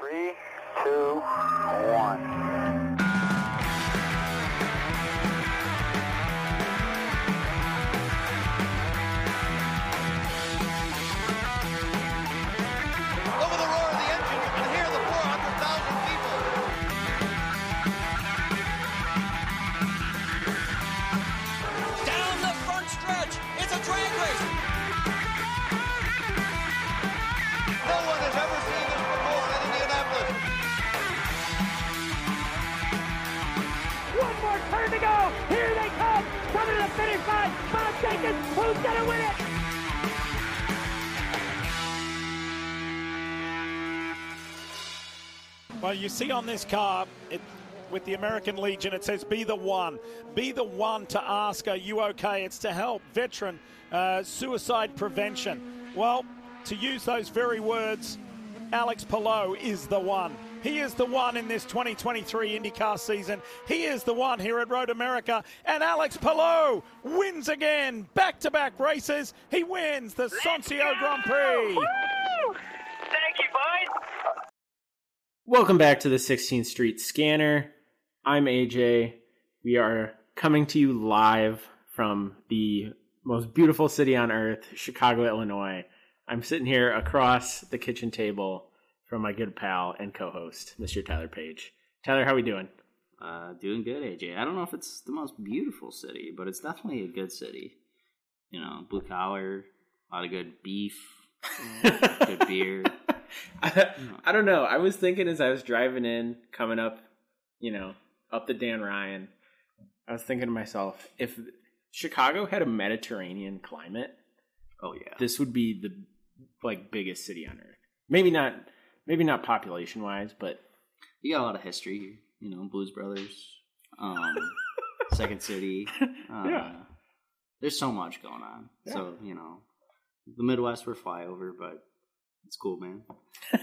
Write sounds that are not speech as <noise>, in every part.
Three, two, one. Over the roar of the engine, you can hear the 400,000 people. down the front stretch. It's a drag race. No one has ever seen this before in Indianapolis. One more turn to go. Here they come. Coming to the finish line. Bob Jenkins, who's going to win it? Well, you see on this car, it, with the American Legion, it says, be the one. Be the one to ask, are you okay? It's to help veteran uh, suicide prevention. Well, to use those very words, Alex Palou is the one. He is the one in this 2023 IndyCar season. He is the one here at Road America. And Alex Palou wins again. Back to back races. He wins the Soncio Grand Prix. Thank you, boys. Welcome back to the 16th Street Scanner. I'm AJ. We are coming to you live from the most beautiful city on earth, Chicago, Illinois. I'm sitting here across the kitchen table from my good pal and co-host, Mr. Tyler Page. Tyler, how we doing? Uh, doing good, AJ. I don't know if it's the most beautiful city, but it's definitely a good city. You know, blue collar, a lot of good <laughs> beef, good beer. <laughs> I, I don't know. I was thinking as I was driving in, coming up, you know, up the Dan Ryan, I was thinking to myself, if Chicago had a Mediterranean climate, Oh yeah, this would be the like biggest city on earth. Maybe not, maybe not population wise, but you got a lot of history. here. You know, Blues Brothers, <laughs> um, Second City. Uh, Yeah. there's so much going on. Yeah. So you know, the Midwest we're flyover, but it's cool, man. <laughs>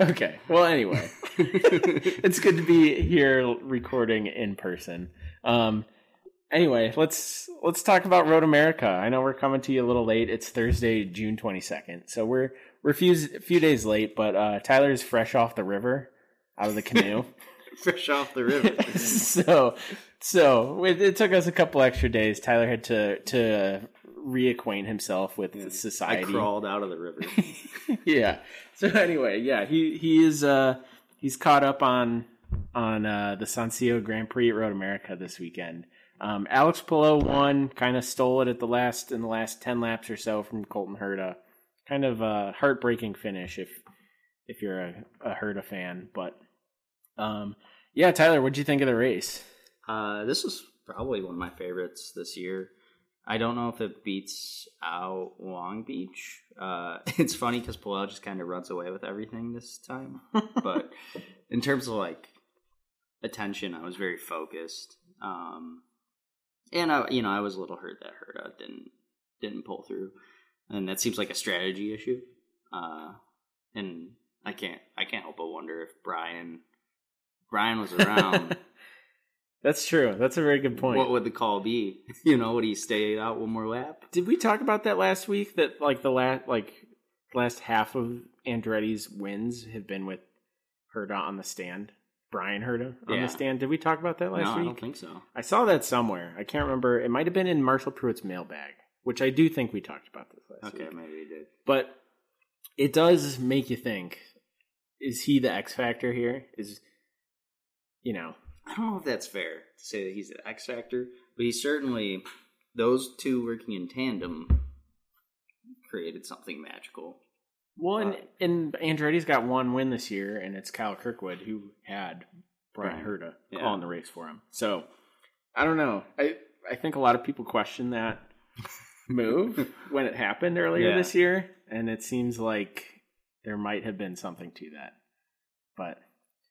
okay. Well, <laughs> anyway, <laughs> it's good to be here recording in person. Um, anyway, let's let's talk about Road America. I know we're coming to you a little late. It's Thursday, June twenty second, so we're we're a few, a few days late. But uh, Tyler's fresh off the river, out of the <laughs> canoe. <laughs> Fresh off the river. so so it, it took us a couple extra days. Tyler had to to reacquaint himself with Mm, <laughs> I society. crawled out of the river. <laughs> yeah. So anyway, yeah, he he is uh he's caught up on on uh the Sancio Grand Prix at Road America this weekend. Um Alex Pillow won, kind of stole it at the last in the last 10 laps or so from Colton Herta. Kind of a heartbreaking finish if if you're a, a Herta fan, but um yeah, Tyler, what'd you think of the race? Uh, this was probably one of my favorites this year. I don't know if it beats out Long Beach. Uh, <laughs> it's funny because Palau just kind of runs away with everything this time. but in terms of like attention, I was very focused. Um, and I, you know, I was a little hurt that Herta didn't didn't pull through, and that seems like a strategy issue. Uh, and I can't I can't help but wonder if Brian Brian was around. That's true. That's a very good point. What would the call be? <laughs> You know, would he stay out one more lap? Did we talk about that last week? That like the last like last half of Andretti's wins have been with Herda on the stand, Brian Herda on Yeah. the stand. Did we talk about that last no, I week? don't think so. I saw that somewhere. I can't remember. It might have been in Marshall Pruitt's mailbag, which I do think we talked about this last Okay, week. maybe he did. But it does make you think: Is he the X factor here? Is you know? I don't know if that's fair to say that he's the X Factor, but he certainly those two working in tandem created something magical. Well, and, Uh, and Andretti's got one win this year, and it's Kyle Kirkwood who had Brian Brian, Herta yeah. calling the race for him. So I don't know. I I think a lot of people questioned <laughs> that move when it happened earlier Yeah. this year, and it seems like there might have been something to that. But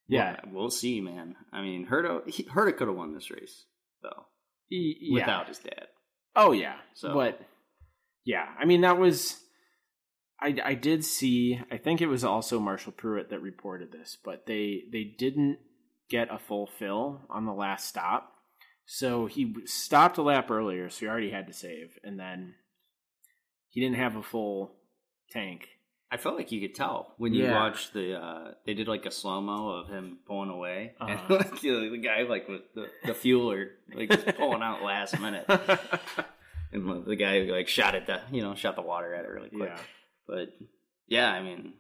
yeah, Well, we'll see, man. I mean, Herta he, Herta could have won this race though y- yeah. without his dad. Oh yeah. So- but yeah, I mean that was I I did see I think it was also Marshall Pruitt that reported this, but they they didn't get a full fill on the last stop. So he stopped a lap earlier, <laughs> so he already had to save and then he didn't have a full tank I felt like you could tell when you Yeah. watched the. Uh, they did like a slow mo of him pulling away, <laughs> Uh-huh. and like, the, the guy like with the, the fueler like was pulling out <laughs> last minute, and the guy like shot at the you know shot the water at it really quick. Yeah. But yeah, I mean,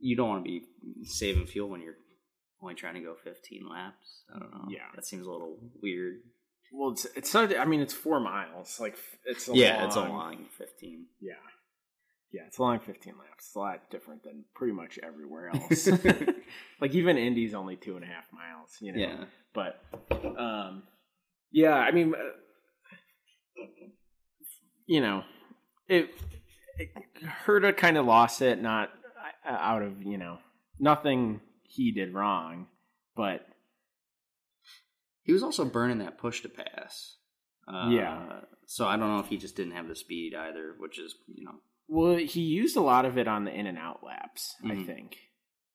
you don't want to be saving fuel when you're only trying to go 15 laps. I don't know. Yeah. that seems a little weird. Well, it's it's sort of- I mean, it's four miles. Like it's a yeah, long, it's a long 15. Yeah, yeah, it's a long fifteen laps. It's a lot different than pretty much everywhere else. <laughs> like even Indy's only two and a half miles. You know. Yeah, but um yeah i mean uh, you know it, it herda kind of lost it not uh, out of you know nothing he did wrong but he was also burning that push to pass. Uh, Yeah. So I don't know if he just didn't have the speed either, which is you know well he used a lot of it on the in and out laps i Mhm. think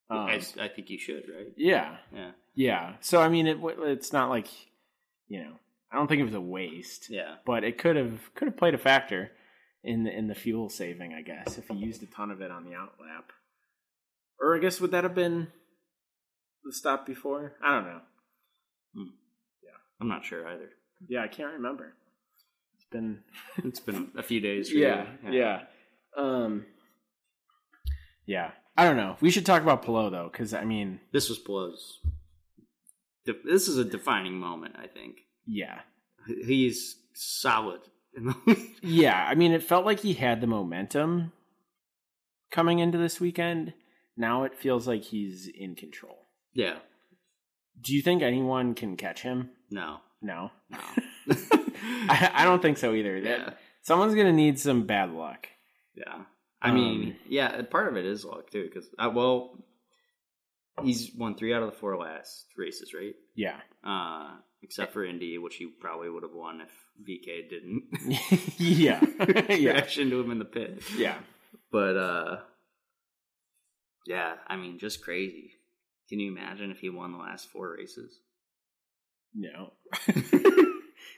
I, um, I think you should right. yeah Yeah. yeah so i mean it wa- it's not like you know i don't think it was a waste Yeah. but it could have could have played a factor in the, in the fuel saving, I guess, if he used a ton of it on the out lap. Or I guess would that have been the stop before? I don't know. I'm not sure either. Yeah, I can't remember. It's been <laughs> It's been a few days. for yeah, you. yeah. Um yeah. I don't know. We should talk about Pelot though cuz I mean, This was Pelot's. de- This is a defining moment, I think. yeah. He's solid. <laughs> In the Yeah, I mean, it felt like he had the momentum coming into this weekend. Now it feels like he's in control. yeah. Do you think anyone can catch him? No. No, <laughs> <laughs> No. I, I don't think so either. That- <laughs> yeah. Someone's gonna need some bad luck. Yeah. I Um, mean, yeah, and part of it is luck too, because well, he's won three out of the four last races, right? Yeah, <laughs> Uh, except for Indy, which he probably would have won if VK didn't <laughs> <laughs> yeah, yeah, crash into him in the pit. yeah. But uh, yeah, I mean, just crazy. Can you imagine if he won the last four races? No.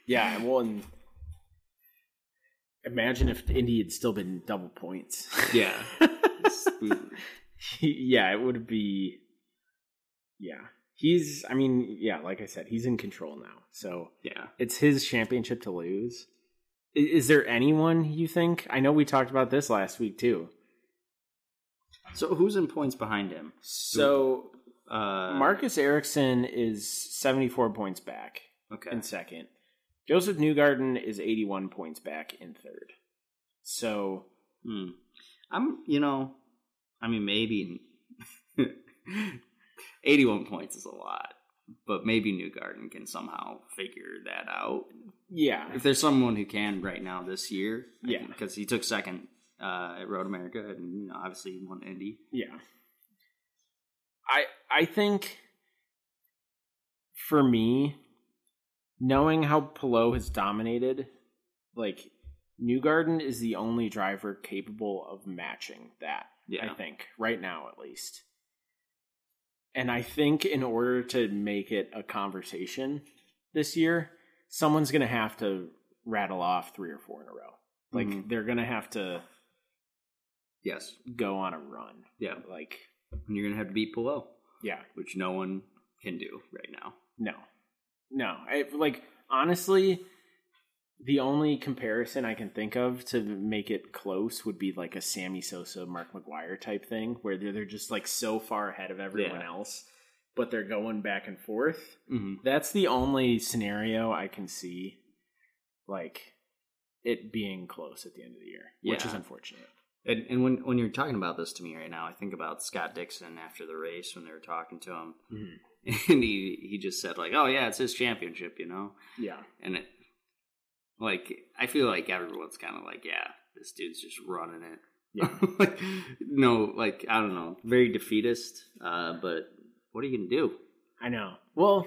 yeah, well, and imagine if Indy had still been double points. Yeah. <laughs> <laughs> yeah, it would be. Yeah, he's. I mean, yeah, like I said, he's in control now. So yeah. it's his championship to lose. I- Is there anyone you think? I know we talked about this last week too. So who's in points behind him? So Uh, Marcus Erickson is 74 points back Okay. in second. Joseph Newgarden is 81 points back in third. So Hmm. I'm, you know, I mean, maybe <laughs> 81 points is a lot, but maybe New Garden can somehow figure that out. yeah, If there's someone who can right now this year, Yeah. because he took second uh, at Road America and you know, obviously he won Indy. yeah. I I think for me, knowing how Pelot has dominated, like Newgarden is the only driver capable of matching that. Yeah. I think right now at least. And I think in order to make it a conversation this year, someone's going to have to rattle off three or four in a row. Like Mhm. they're going to have to Yes. go on a run. Yeah. Like And you're going to have to beat Pelot, yeah, which no one can do right now. no. No. I like honestly the only comparison I can think of to make it close would be like a Sammy Sosa, Mark McGuire type thing, where they're they're just like so far ahead of everyone Yeah. else, but they're going back and forth. Mm-hmm. That's the only scenario I can see, like it being close at the end of the year, which is Yeah. unfortunate. And, and when when you're talking about this to me right now, I think about Scott Dixon after the race when they were talking to him, <laughs> and he he just said like, "Oh yeah, it's his championship," you know. Yeah, And it like I feel like everyone's kind of like, "Yeah, this dude's just running it." yeah, like, <laughs> no, like I don't know, very defeatist. Uh, but what are you gonna do? I know. Well,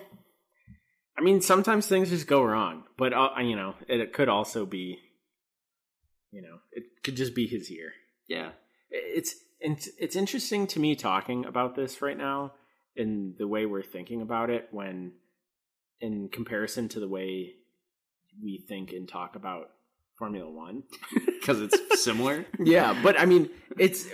I mean, sometimes things just go wrong, but uh, you know, it, it could also be, you know, it could just be his year. Yeah, it's it's it's interesting to me talking about this right now and the way we're thinking about it when in comparison to the way we think and talk about formula 1 <laughs> because it's similar. yeah but i mean it's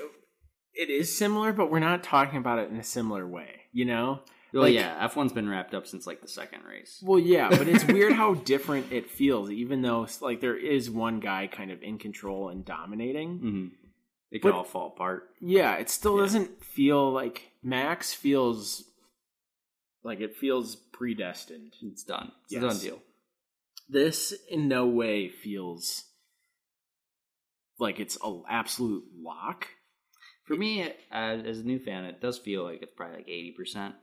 it is similar, but we're not talking about it in a similar way, you know? Well, Like- yeah, F one's been wrapped up since like the second race. Well, yeah, but it's weird how different it feels, even though it's like there is one guy kind of in control and dominating. hmm It could But- all fall apart. Yeah, it still Yeah. doesn't feel like Max feels like it feels predestined. It's done. It's a Yes. done deal. This in no way feels like it's an absolute lock. For me, uh, as a new fan, it does feel like it's probably like eighty percent.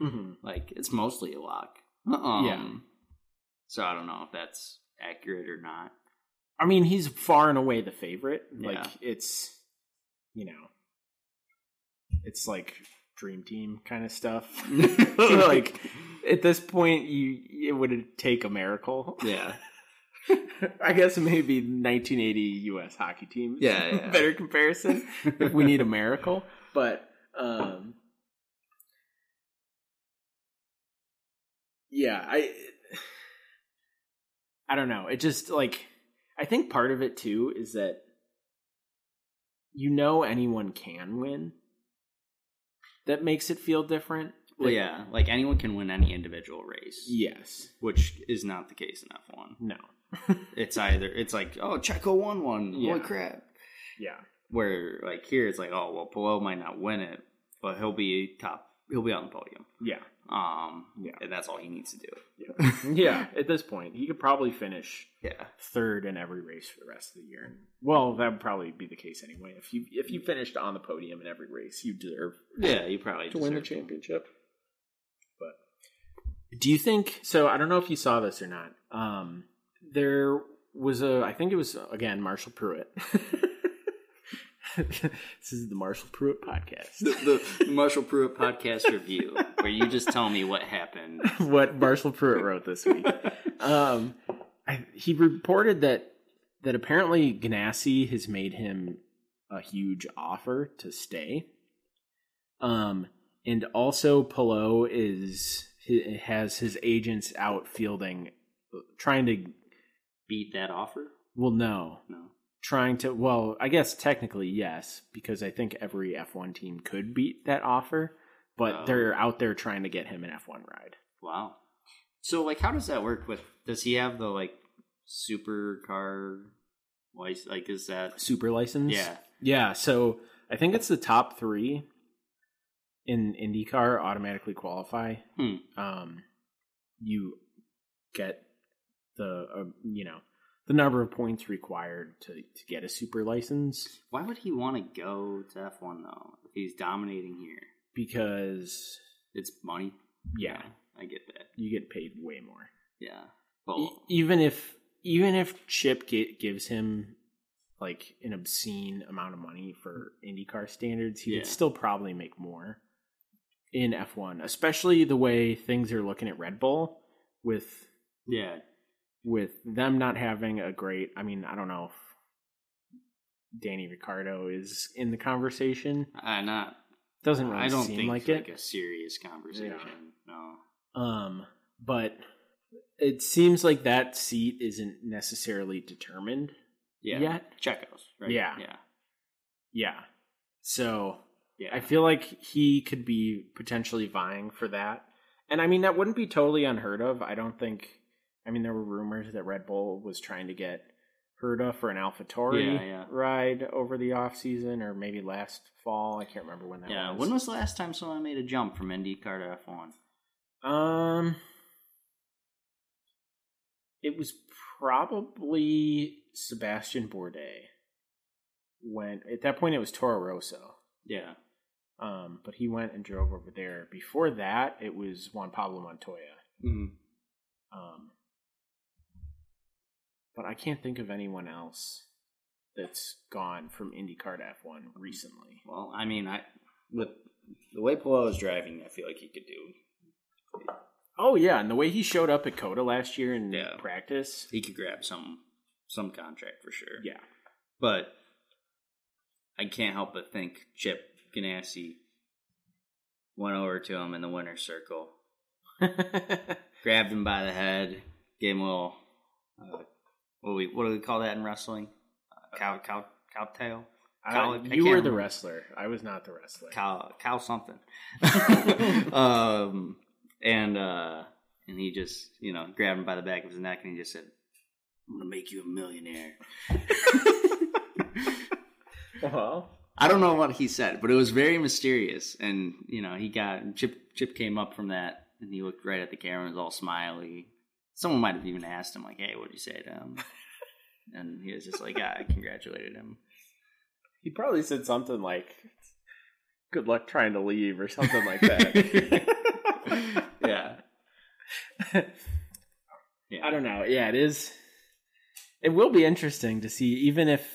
Mm-hmm. Like it's mostly a lock. Yeah. So I don't know if that's accurate or not. I mean, he's far and away the favorite. Like Yeah. it's, you know, it's like dream team kind of <laughs> stuff. like at this point, you it would take a miracle. <laughs> <laughs> Yeah. I guess maybe 1980 U.S. hockey team. is Yeah, a yeah, yeah. <laughs> better comparison. if we need a miracle, but um, yeah, I I don't know. It just like I think part of it too is that you know anyone can win. That makes it feel different. Well, yeah. Like anyone can win any individual race, Yes. which is not the case in F one. No. It's either it's like oh Checo won one. Yeah. Holy crap! Yeah. Where like here it's like oh well Pelot might not win it, but he'll be top. He'll be on the podium. Yeah. Um. Yeah. And that's all he needs to do. Yeah. <laughs> yeah. At this point, he could probably finish Yeah. third in every race for the rest of the year. Well, that would probably be the case anyway. If you if you finished on the podium in every race, you deserve Yeah. You probably to win the deserve it. championship. But do you think so? I don't know if you saw this or not. Um, there was a, I think it was again Marshall Pruitt. <laughs> this is the Marshall Pruitt podcast. the, <laughs> the Marshall Pruitt podcast review, where you just tell me what happened. <laughs> what Marshall Pruitt wrote this <laughs> week. Um, I, he reported that that apparently Ganassi has made him a huge offer to stay. Um, and also Pelot is he has his agents out fielding, trying to Beat that offer? well no No. trying to well I guess technically yes because I think every F one team could beat that offer, but Oh. they're out there trying to get him an F one ride. Wow. So, like, how does that work? With does he have the like supercar license? Like, is that super license. Yeah. Yeah. So I think it's the top three in IndyCar automatically qualify. Hmm. Um, you get the, uh, you know, the number of points required to, to get a super license Why would he want to go to F one though? If he's dominating here, because, it's money. yeah, I get that. you get paid way more. Yeah. E- Well, even if even if Chip gi- gives him like an obscene amount of money for IndyCar standards, he Yeah. would still probably make more in F1, especially the way things are looking at Red Bull with yeah. with them not having a great. I mean, I don't know if Danny Ricardo is in the conversation. I not. Doesn't really I don't seem think like like, it. a serious conversation. No. Um, but it seems like that seat isn't necessarily determined Yeah. yet. Checos. Right. Yeah. Yeah. Yeah. So Yeah. I feel like he could be potentially vying for that. And I mean, that wouldn't be totally unheard of. I don't think. I mean, there were rumors that Red Bull was trying to get Herda for an AlphaTauri Yeah, yeah. ride over the offseason or maybe last fall. I can't remember when that Yeah, was. when was the last time someone made a jump from IndyCar to F1? Um, it was probably Sebastian Bourdais. When at that point it was Toro Rosso. Yeah. Um, but he went and drove over there. Before that, it was Juan Pablo Montoya. Hmm. Um, but I can't think of anyone else that's gone from IndyCar to F1 recently. Well, I mean, I with the way Pelot is driving, I feel like he could do. Oh yeah, and the way he showed up at Coda last year in Yeah. practice. He could grab some some contract for sure. Yeah. <laughs> but I can't help but think Chip Ganassi went over to him in the winner's circle, grabbed him by the head, gave him a little. Uh, what do we what do we call that in wrestling? Uh, cow cow cowtail. I, Colin- I you can't were the remember. wrestler. I was not the wrestler. cow cow something <laughs> um and uh and he just you know grabbed him by the back of his neck and he just said i'm gonna make you a millionaire Well, i don't know what he said but it was very mysterious and you know he got chip chip came up from that and he looked right at the camera and was all smiley someone might have even asked him like hey what'd you say to him and he was just like yeah, i congratulated him he probably said something like, "Good luck trying to leave" or something like <laughs> <laughs> that. yeah I don't know. Yeah, it is. It will be interesting to see, even if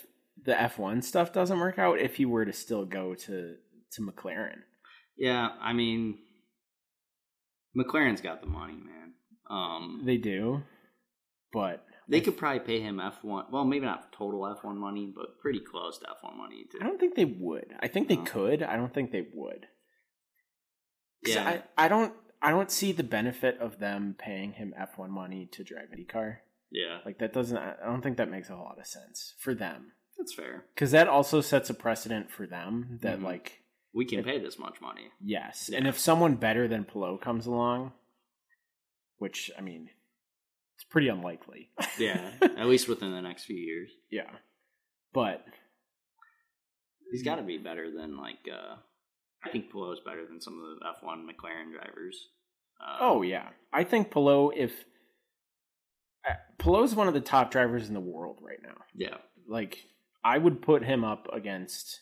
the F1 stuff doesn't work out, if he were to still go to to McLaren. Yeah, I mean, McLaren's got the money, man. Um, They they, do, but could probably pay him F one. Well, maybe not total F one money, but pretty close to F one money. I To, don't think they would. I think they No. could. I don't think they would. 'Cause yeah, I, I don't. I don't see the benefit of them paying him F1 money to drive a car. yeah, Like that doesn't. I I don't think that makes a whole lot of sense for them. that's fair. Because that also sets a precedent for them that Mhm. like We can pay this much <laughs> money. Yes. And if someone better than Pelot comes along, which I mean, it's pretty unlikely. Yeah, at least within the next few years, yeah. But he's got to be better than like. uh I think Pelot's better than some of the F one McLaren drivers. Uh, oh yeah, I think Pelot if uh, Pelot's one of the top drivers in the world right now. yeah, Like I would put him up against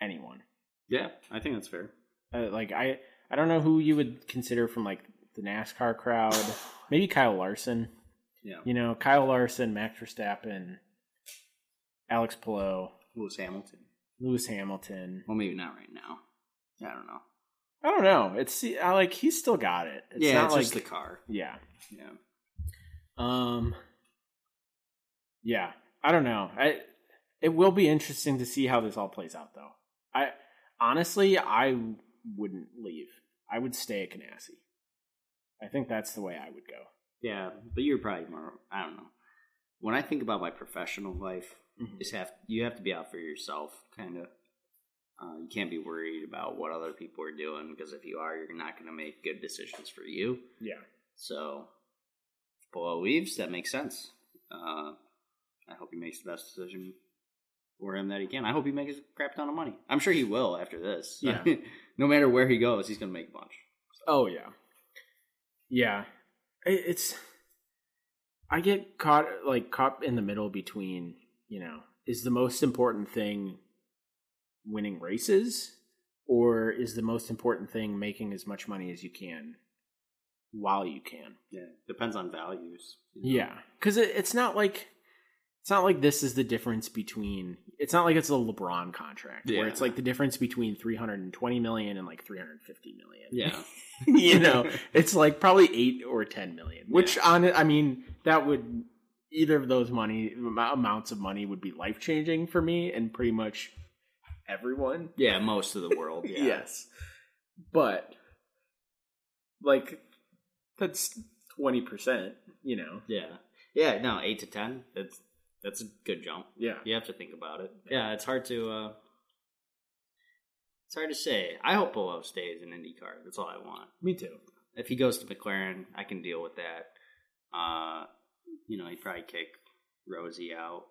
anyone. yeah. I think that's fair. Uh, like I I don't know who you would consider from like the NASCAR crowd. Maybe Kyle Larson. Yeah. You know, Kyle Larson, Max Verstappen, Alex Pillow, Lewis Hamilton. Lewis Hamilton. Well, maybe not right now. I don't know. I don't know. It's I like he's still got it. It's yeah, not it's like just the car. yeah. Yeah. Um yeah, I don't know. I it will be interesting to see how this all plays out though. I honestly I wouldn't leave. I would stay at Canassie. I think that's the way I would go. Yeah, but you're probably more. I don't know. When I think about my professional life, Mhm. just have you have to be out for yourself, kind of. Uh, you can't be worried about what other people are doing because if you are, you're not going to make good decisions for you. Yeah. So, if Boa leaves. That makes sense. Uh, I hope he makes the best decision for him that he can. I hope he makes a crap ton of money. I'm sure he will after this. Yeah. <laughs> no matter where he goes, he's going to make a bunch. Oh yeah, yeah. It, it's I get caught like caught in the middle between you know is the most important thing winning races or is the most important thing making as much money as you can while you can. Yeah, depends on values. Yeah, because it, it's not like it's not like this is the difference between. It's not like it's a LeBron contract where Yeah. it's like the difference between three hundred and twenty million and like three hundred fifty million. Yeah. <laughs> you <laughs> know, it's like probably eight or ten million. Which on it, I mean, that would either of those money am- amounts of money would be life changing for me and pretty much everyone. Yeah, most of the world. Yeah. <laughs> Yes, but like that's twenty percent. You know, Yeah. Yeah, no, eight to ten. That's that's a good jump. yeah, You have to think about it. Yeah, it's hard to uh it's hard to say. I hope Bolo stays in IndyCar. That's all I want. me too. If he goes to McLaren, I can deal with that. Uh you know, he'd probably kick Rosie out.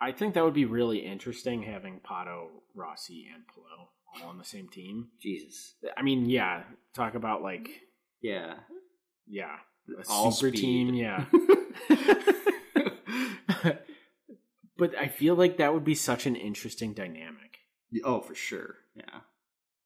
I think that would be really interesting having Pato, Rossi, and Pelot all on the same team. Jesus. I mean, yeah, talk about like, Yeah. yeah, a All super speed. team, yeah. <laughs> but I feel like that would be such an interesting dynamic. <laughs> oh, for sure. Yeah.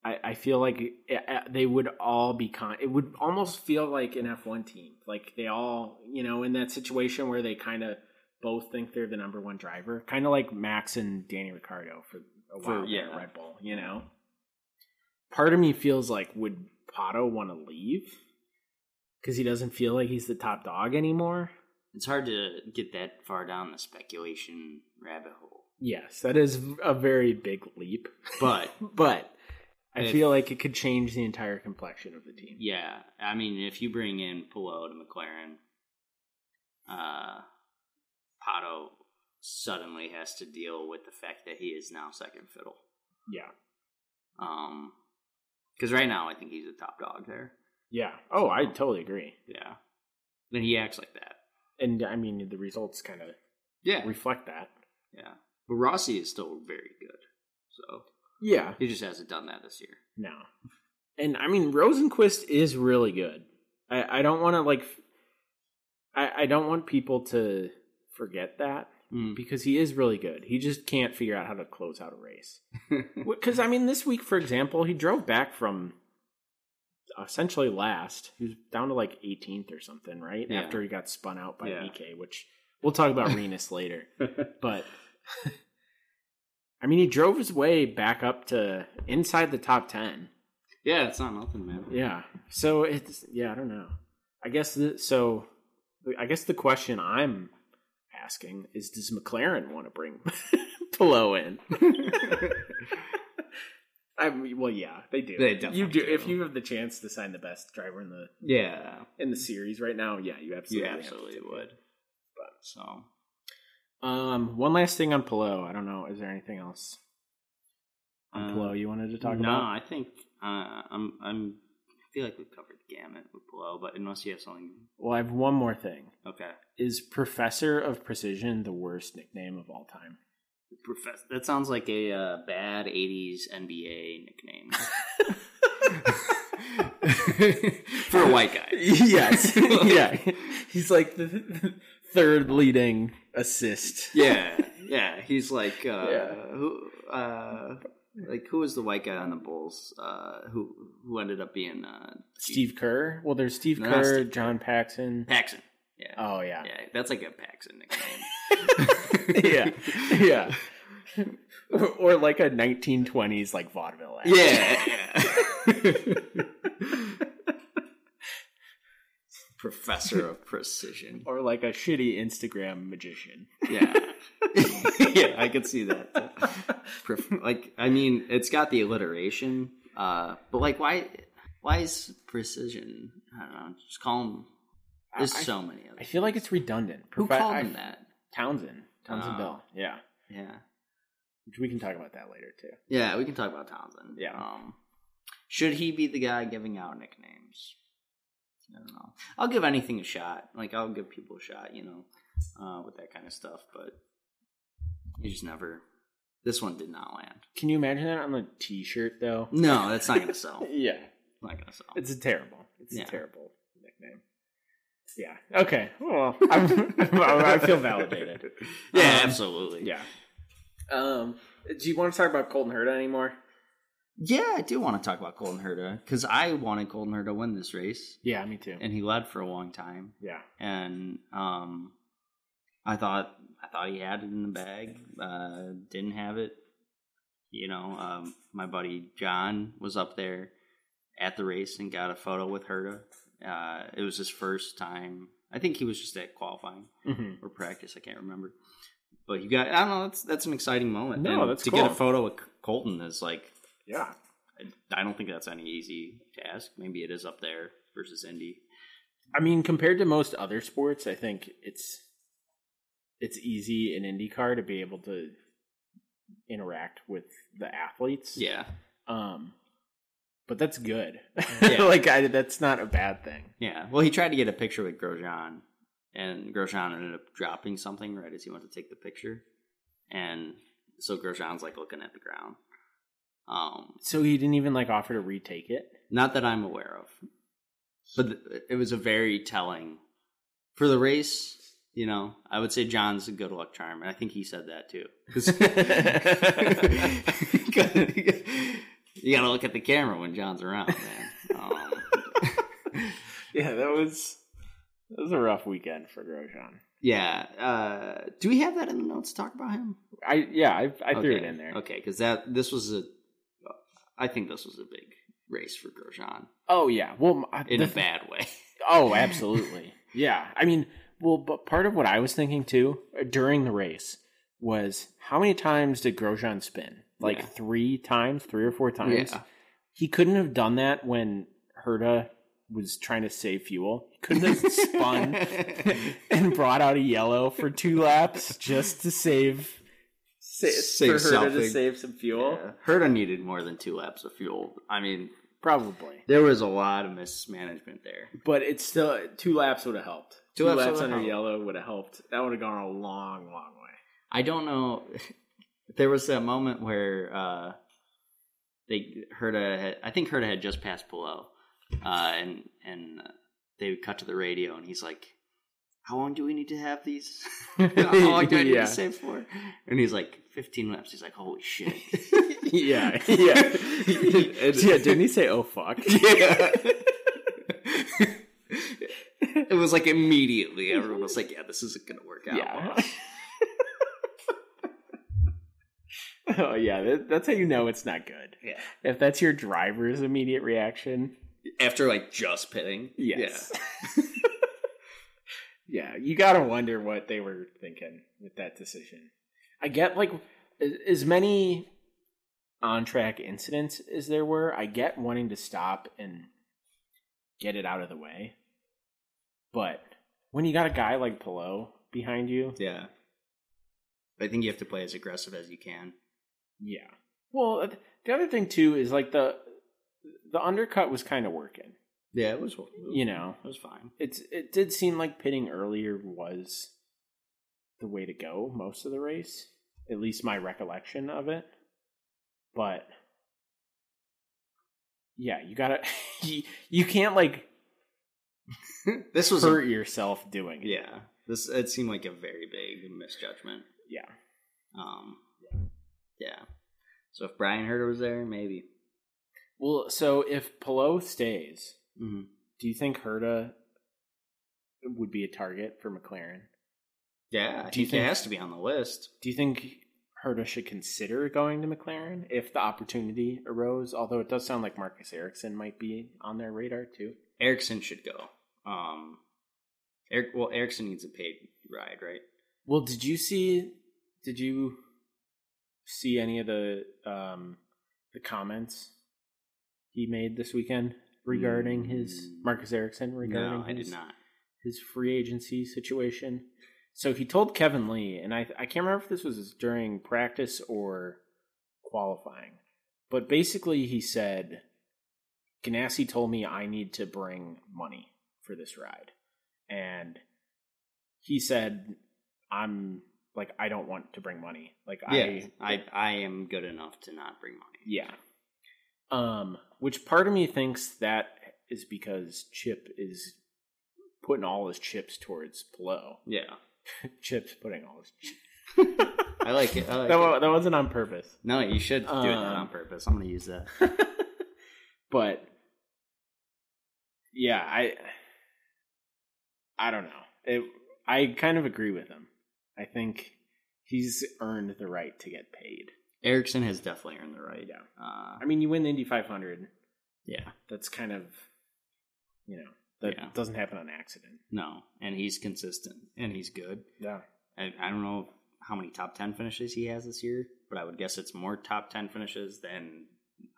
I, I feel like eh, eh, they would all be con. It would almost feel like an F one team. Like they all, you know, in that situation where they kind of both think they're the number one driver, kind of like Max and Danny Ricardo for a For- while there yeah. at Red Bull. You know, part of me feels like would Pato want to leave because he doesn't feel like he's the top dog anymore. It's hard to get that far down the speculation rabbit hole. Yes, that is a very big leap, <laughs> But but I If- feel like it could change the entire complexion of the team. Yeah, I mean, if you bring in Pillow to McLaren, uh, Pato suddenly has to deal with the fact that he is now second fiddle. Yeah. Um, because right now I think he's the top dog there. Yeah. Oh, I totally agree. Yeah, then he acts like that. And I mean, the results kind of Yeah, reflect that. yeah. But Rossi is still very good, so Yeah. he just hasn't done that this year. No. And I mean, Rosenquist is really good. I, I don't want to like. f- I, I don't want people to forget that because he is really good. He just can't figure out how to close out a race. Because I mean, this week, for example, he drove back from essentially last. He was down to like 18th or something, right? Yeah. After he got spun out by Yeah. Nikkei, which we'll talk about <laughs> Renus later. But <laughs> I mean, he drove his way back up to inside the top 10. Yeah, it's not nothing, man. Yeah. So it's yeah, I don't know. I guess the, so. I guess the question I'm asking is, does McLaren want to bring <laughs> Pillow in? <laughs> I mean, well, yeah, they do. They definitely you do. do. If you have the chance to sign the best driver in the Yeah, in the series right now, yeah, you you absolutely, have to absolutely do it. would. But so Um, one last thing on Pillow. I don't know. Is there anything else on Uh, Pillow you wanted to talk no, about? I think uh, I'm. I'm. I feel like we've covered gamut with blow, but unless you have something, Well, I have one more thing. okay, Is Professor of Precision the worst nickname of all time? Professor. That sounds like a uh, bad '80s NBA <laughs> nickname for a white guy. <laughs> <laughs> yes. yeah. He's like the third leading assist. Yeah, yeah. He's like, uh, Yeah. who, uh, like who was the white guy on the Bulls? Uh, who who ended up being uh, Steve Kerr. Well, there's Steve No, Kerr, Steve Kerr. John Paxson. Paxson? Yeah, Oh yeah. yeah. That's like a Paxson nickname. <laughs> Yeah. Yeah. or, <laughs> or like a 1920s like vaudeville act. Yeah. <laughs> Professor of precision. Or like a shitty Instagram magician. Yeah. <laughs> yeah, I could see that. Prof- like, I mean, it's got the alliteration, uh, but like, why? Why is precision? I don't know. Just call him. There's I- so many of I them. feel like it's redundant. Who Profe- called I- him that? Townsend. Townsend Oh. Bell. Yeah. Yeah, Which we can talk about that later too. yeah. We can talk about Townsend. Yeah. Um, should he be the guy giving out nicknames? I don't know. I'll give anything a shot. Like, I'll give people a shot. You know, uh, with that kind of stuff. But you just never. This one did not land. Can you imagine that on a t-shirt though? No, that's not gonna <laughs> sell. Yeah. not gonna sell. It's a terrible. It's Yeah. a terrible nickname. Yeah. Okay. Well, <laughs> I'm, I feel <laughs> validated. Um, Yeah, absolutely. Yeah. Um, do you want to talk about Colton Herta anymore? yeah. I do want to talk about Colton Herta because I wanted Colton Herta to win this race, Yeah, me too. and he led for a long time, yeah. and um, I thought I thought he had it in the bag. Uh, didn't have it. You know, um, my buddy John was up there at the race and got a photo with Herta. Uh, it was his first time. I think he was just at qualifying. Mm-hmm. or practice. I can't remember. But you got, I don't know. That's that's an exciting moment. No, and that's to cool. get a photo of Colton is like, Yeah. I don't think that's any easy task. Maybe it is up there versus Indy. I mean, compared to most other sports, I think it's it's easy in IndyCar to be able to interact with the athletes. Yeah, Um, but that's good. <laughs> Yeah. like, I, that's not a bad thing. yeah. Well, he tried to get a picture with Grosjean, and Grosjean ended up dropping something right as he went to take the picture, and so Grosjean's like looking at the ground. Um, So he didn't even like offer to retake it. Not that I'm aware of. But th- it was a very telling. For the race, you know, I would say John's a good luck charm. And I think he said <laughs> that too. 'Cause- you got to look at the camera when John's around, man. Um, <laughs> <laughs> yeah, that was that was a rough weekend for Grosjean. yeah. Uh, do we have that in the notes to talk about him? I yeah, I, I threw it Okay, in there. Okay, because that this was a. I think this was a big race for Grosjean Oh yeah, well I, in <laughs> the a th- bad way. Oh, absolutely. yeah, I mean, well, but part of what I was thinking too uh, during the race was how many times did Grosjean spin? Like Yeah. three times, three or four times. Yeah. He couldn't have done that when Herda was trying to save fuel. Couldn't <laughs> have spun <laughs> and brought out a yellow for two laps just to save, sa- Save for her to something. save some fuel. Yeah. Herta needed more than two laps of fuel. I mean, Probably, there was a lot of mismanagement there. but it's still two laps would have helped. Two, Two laps laps, would've under helped. yellow would have helped. That would have gone a long, long way. I don't know. <laughs> There was that moment where uh, they Herta had, I think Herta had just passed below, uh, and and uh, they cut to the radio, and he's like, "How long do we need to have these? <laughs> How long do I need Yeah. to save for?" And he's like, "15 laps." He's like, "Holy shit!" <laughs> Yeah, yeah, yeah. Didn't he say, "Oh fuck"? yeah. <laughs> it was like immediately everyone was like, "Yeah, this isn't gonna work out." Yeah. <laughs> oh yeah, that, that's how you know it's not good. Yeah. If that's your driver's immediate reaction, <laughs> After like just pitting. yes. Yeah. you gotta wonder what they were thinking with that decision. I get like as- as many on track incidents as there were. I get wanting to stop and get it out of the way, but when you got a guy like Pillow behind you, Yeah. I think you have to play as aggressive as you can. Yeah. Well, th- the other thing too is like the the undercut was kind of working. Yeah, it was. You know, it was fine. <laughs> it's it did seem like pitting earlier was the way to go most of the race, at least my recollection of it. But yeah, you gotta <laughs> you, you can't like This was. hurt A, yourself doing it. yeah, this it seemed like a very big misjudgment. Yeah. Um, yeah. So if Brian Herter was there, maybe. Well, so if Pillow stays, hmm do you think Herda would be a target for McLaren? Yeah, I Do you think, think- it has to be on the list. Do you think Herta should consider going to McLaren if the opportunity arose? Although it does sound like Marcus Ericsson might be on their radar too. Erickson should go. Um, Eric. Well, Erickson needs a paid ride, right? Well, did you see? Did you see any of the um, the comments he made this weekend regarding his Mm. Marcus Ericsson regarding no, I his did not. his free agency situation. So he told Kevin Lee, and I, I can't remember if this was during practice or qualifying, but basically he said, Ganassi told me I need to bring money for this ride. And he said, I'm like, I don't want to bring money. Like, Yeah, I, I, I am good enough to not bring money. yeah. Um, which part of me thinks that is because Chip is putting all his chips towards Pillow. Yeah, Chip's putting all his chips. I like it. <laughs> I like That, it. wa- that wasn't on purpose. No, you should do it Um, on purpose. I'm gonna use that. but yeah, I I don't know. It, I kind of agree with him. I think he's earned the right to get paid. Erickson has definitely earned the right. Yeah. Uh, I mean, you win the Indy 500. yeah. That's kind of you know that Yeah. doesn't happen on accident. No, and he's consistent and he's good. Yeah. I, I don't know how many top ten finishes he has this year, but I would guess it's more top ten finishes than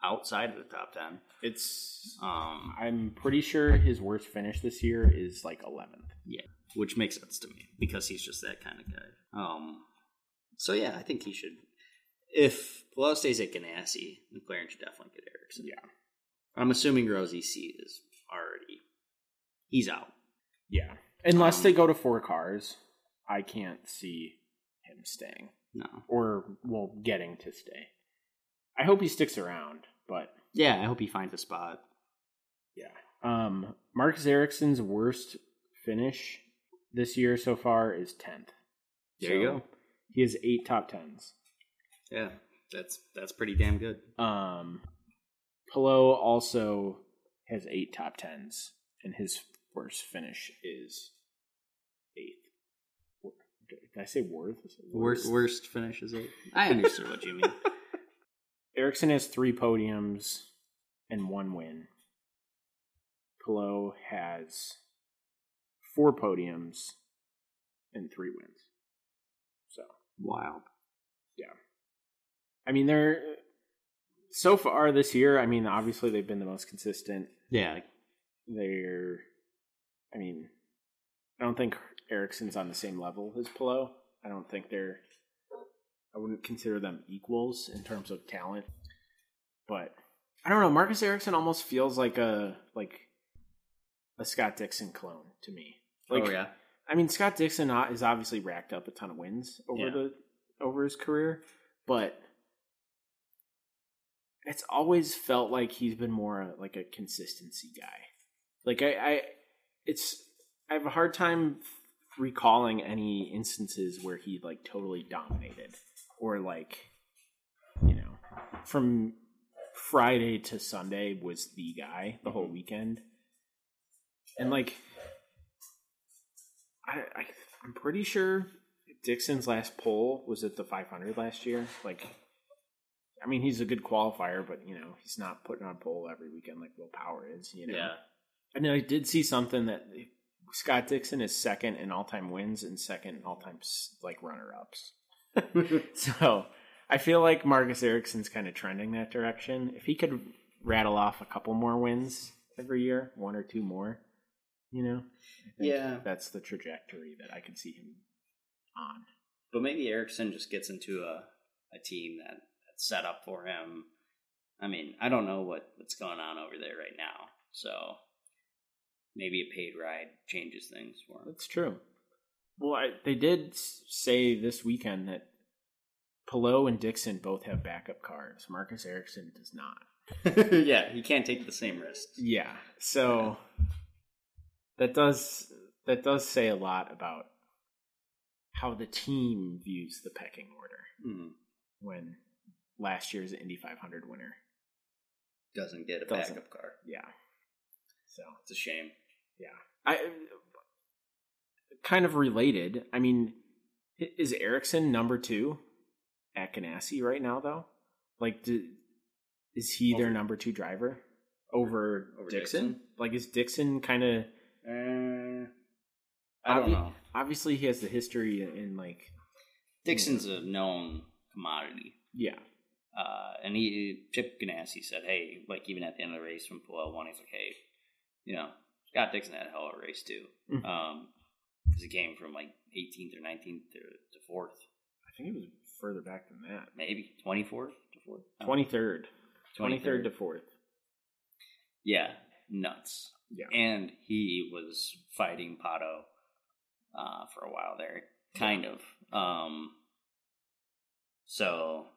outside of the top ten. It's. Um, I'm pretty sure his worst finish this year is like 11th. yeah, which makes sense to me because he's just that kind of guy. Um, so yeah, I think he should. If Pelot stays at Ganassi, McLaren should definitely get Erickson. Yeah. I'm assuming Rosie C is already he's out. Yeah. Unless Um, they go to four cars, I can't see him staying No. or well getting to stay. I hope he sticks around, but Yeah, I hope he finds a spot. yeah. Um Marcus Erickson's worst finish this year so far is 10th. There you So, go. He has 8 top 10s. Yeah, that's that's pretty damn good. Um Pillow also has 8 top 10s and his worst finish is 8th. Did I say worth? Worst worst finish is eight. I understood what you mean. <laughs> Erickson has three podiums and one win. Pillow has four podiums and three wins. So, <laughs> Wild. I mean, they're so far this year. I mean, obviously they've been the most consistent. Yeah, they're, I mean, I don't think Erickson's on the same level as Pillow. I don't think they're, I wouldn't consider them equals in terms of talent. But I don't know. Marcus Erickson almost feels like a like a Scott Dixon clone to me. Like, oh yeah, I mean, Scott Dixon o- has obviously racked up a ton of wins over Yeah. the over his career, but it's always felt like he's been more uh, like a consistency guy. Like I, I, it's I have a hard time recalling any instances where he like totally dominated or like you know from Friday to Sunday was the guy the whole weekend, and like I, I I'm pretty sure Dixon's last poll was at the 500 last year. Like, I mean, he's a good qualifier, but you know, he's not putting on pole every weekend like Will Power is. You know, yeah. I know I did see something that Scott Dixon is second in all time wins and second in all time like runner ups. <laughs> so I feel like Marcus Erickson's kind of trending that direction. If he could rattle off a couple more wins every year, one or two more, you know, I think Yeah. that's the trajectory that I could see him on. But maybe Erickson just gets into a, a team that, that's set up for him. I mean, I don't know what, what's going on over there right now. So maybe a paid ride changes things for him. That's true. Well, I, they did s- say this weekend that Pillow and Dixon both have backup cars. Marcus Erickson does not. yeah, he can't take the same risks. Yeah. So that does that does say a lot about how the team views the pecking order Mm, when last year's Indy 500 winner. doesn't get a Doesn't. backup car. Yeah. So It's a shame. yeah, I kind of related. I mean, i- is Erickson number two at Ganassi right now though? Like, do, is he their number two driver over, Over Dixon? Dixon? Like, is Dixon kind of Uh, I don't Obvi- know. Obviously, he has the history in, in like Dixon's a known commodity. yeah, Uh, and he, Chip Ganassi said, hey, like even at the end of the race when Pullo won, he's like, hey, you know, Scott Dixon had a hell of a race too. Mhm. Um 'cause he came from like 18th or 19th to, to 4th, I think it was further back than that. maybe 24th to 4th. I don't know. Twenty third, twenty third to fourth. Yeah, nuts. Yeah. And he was fighting Pato uh, for a while there, kind of. Um, so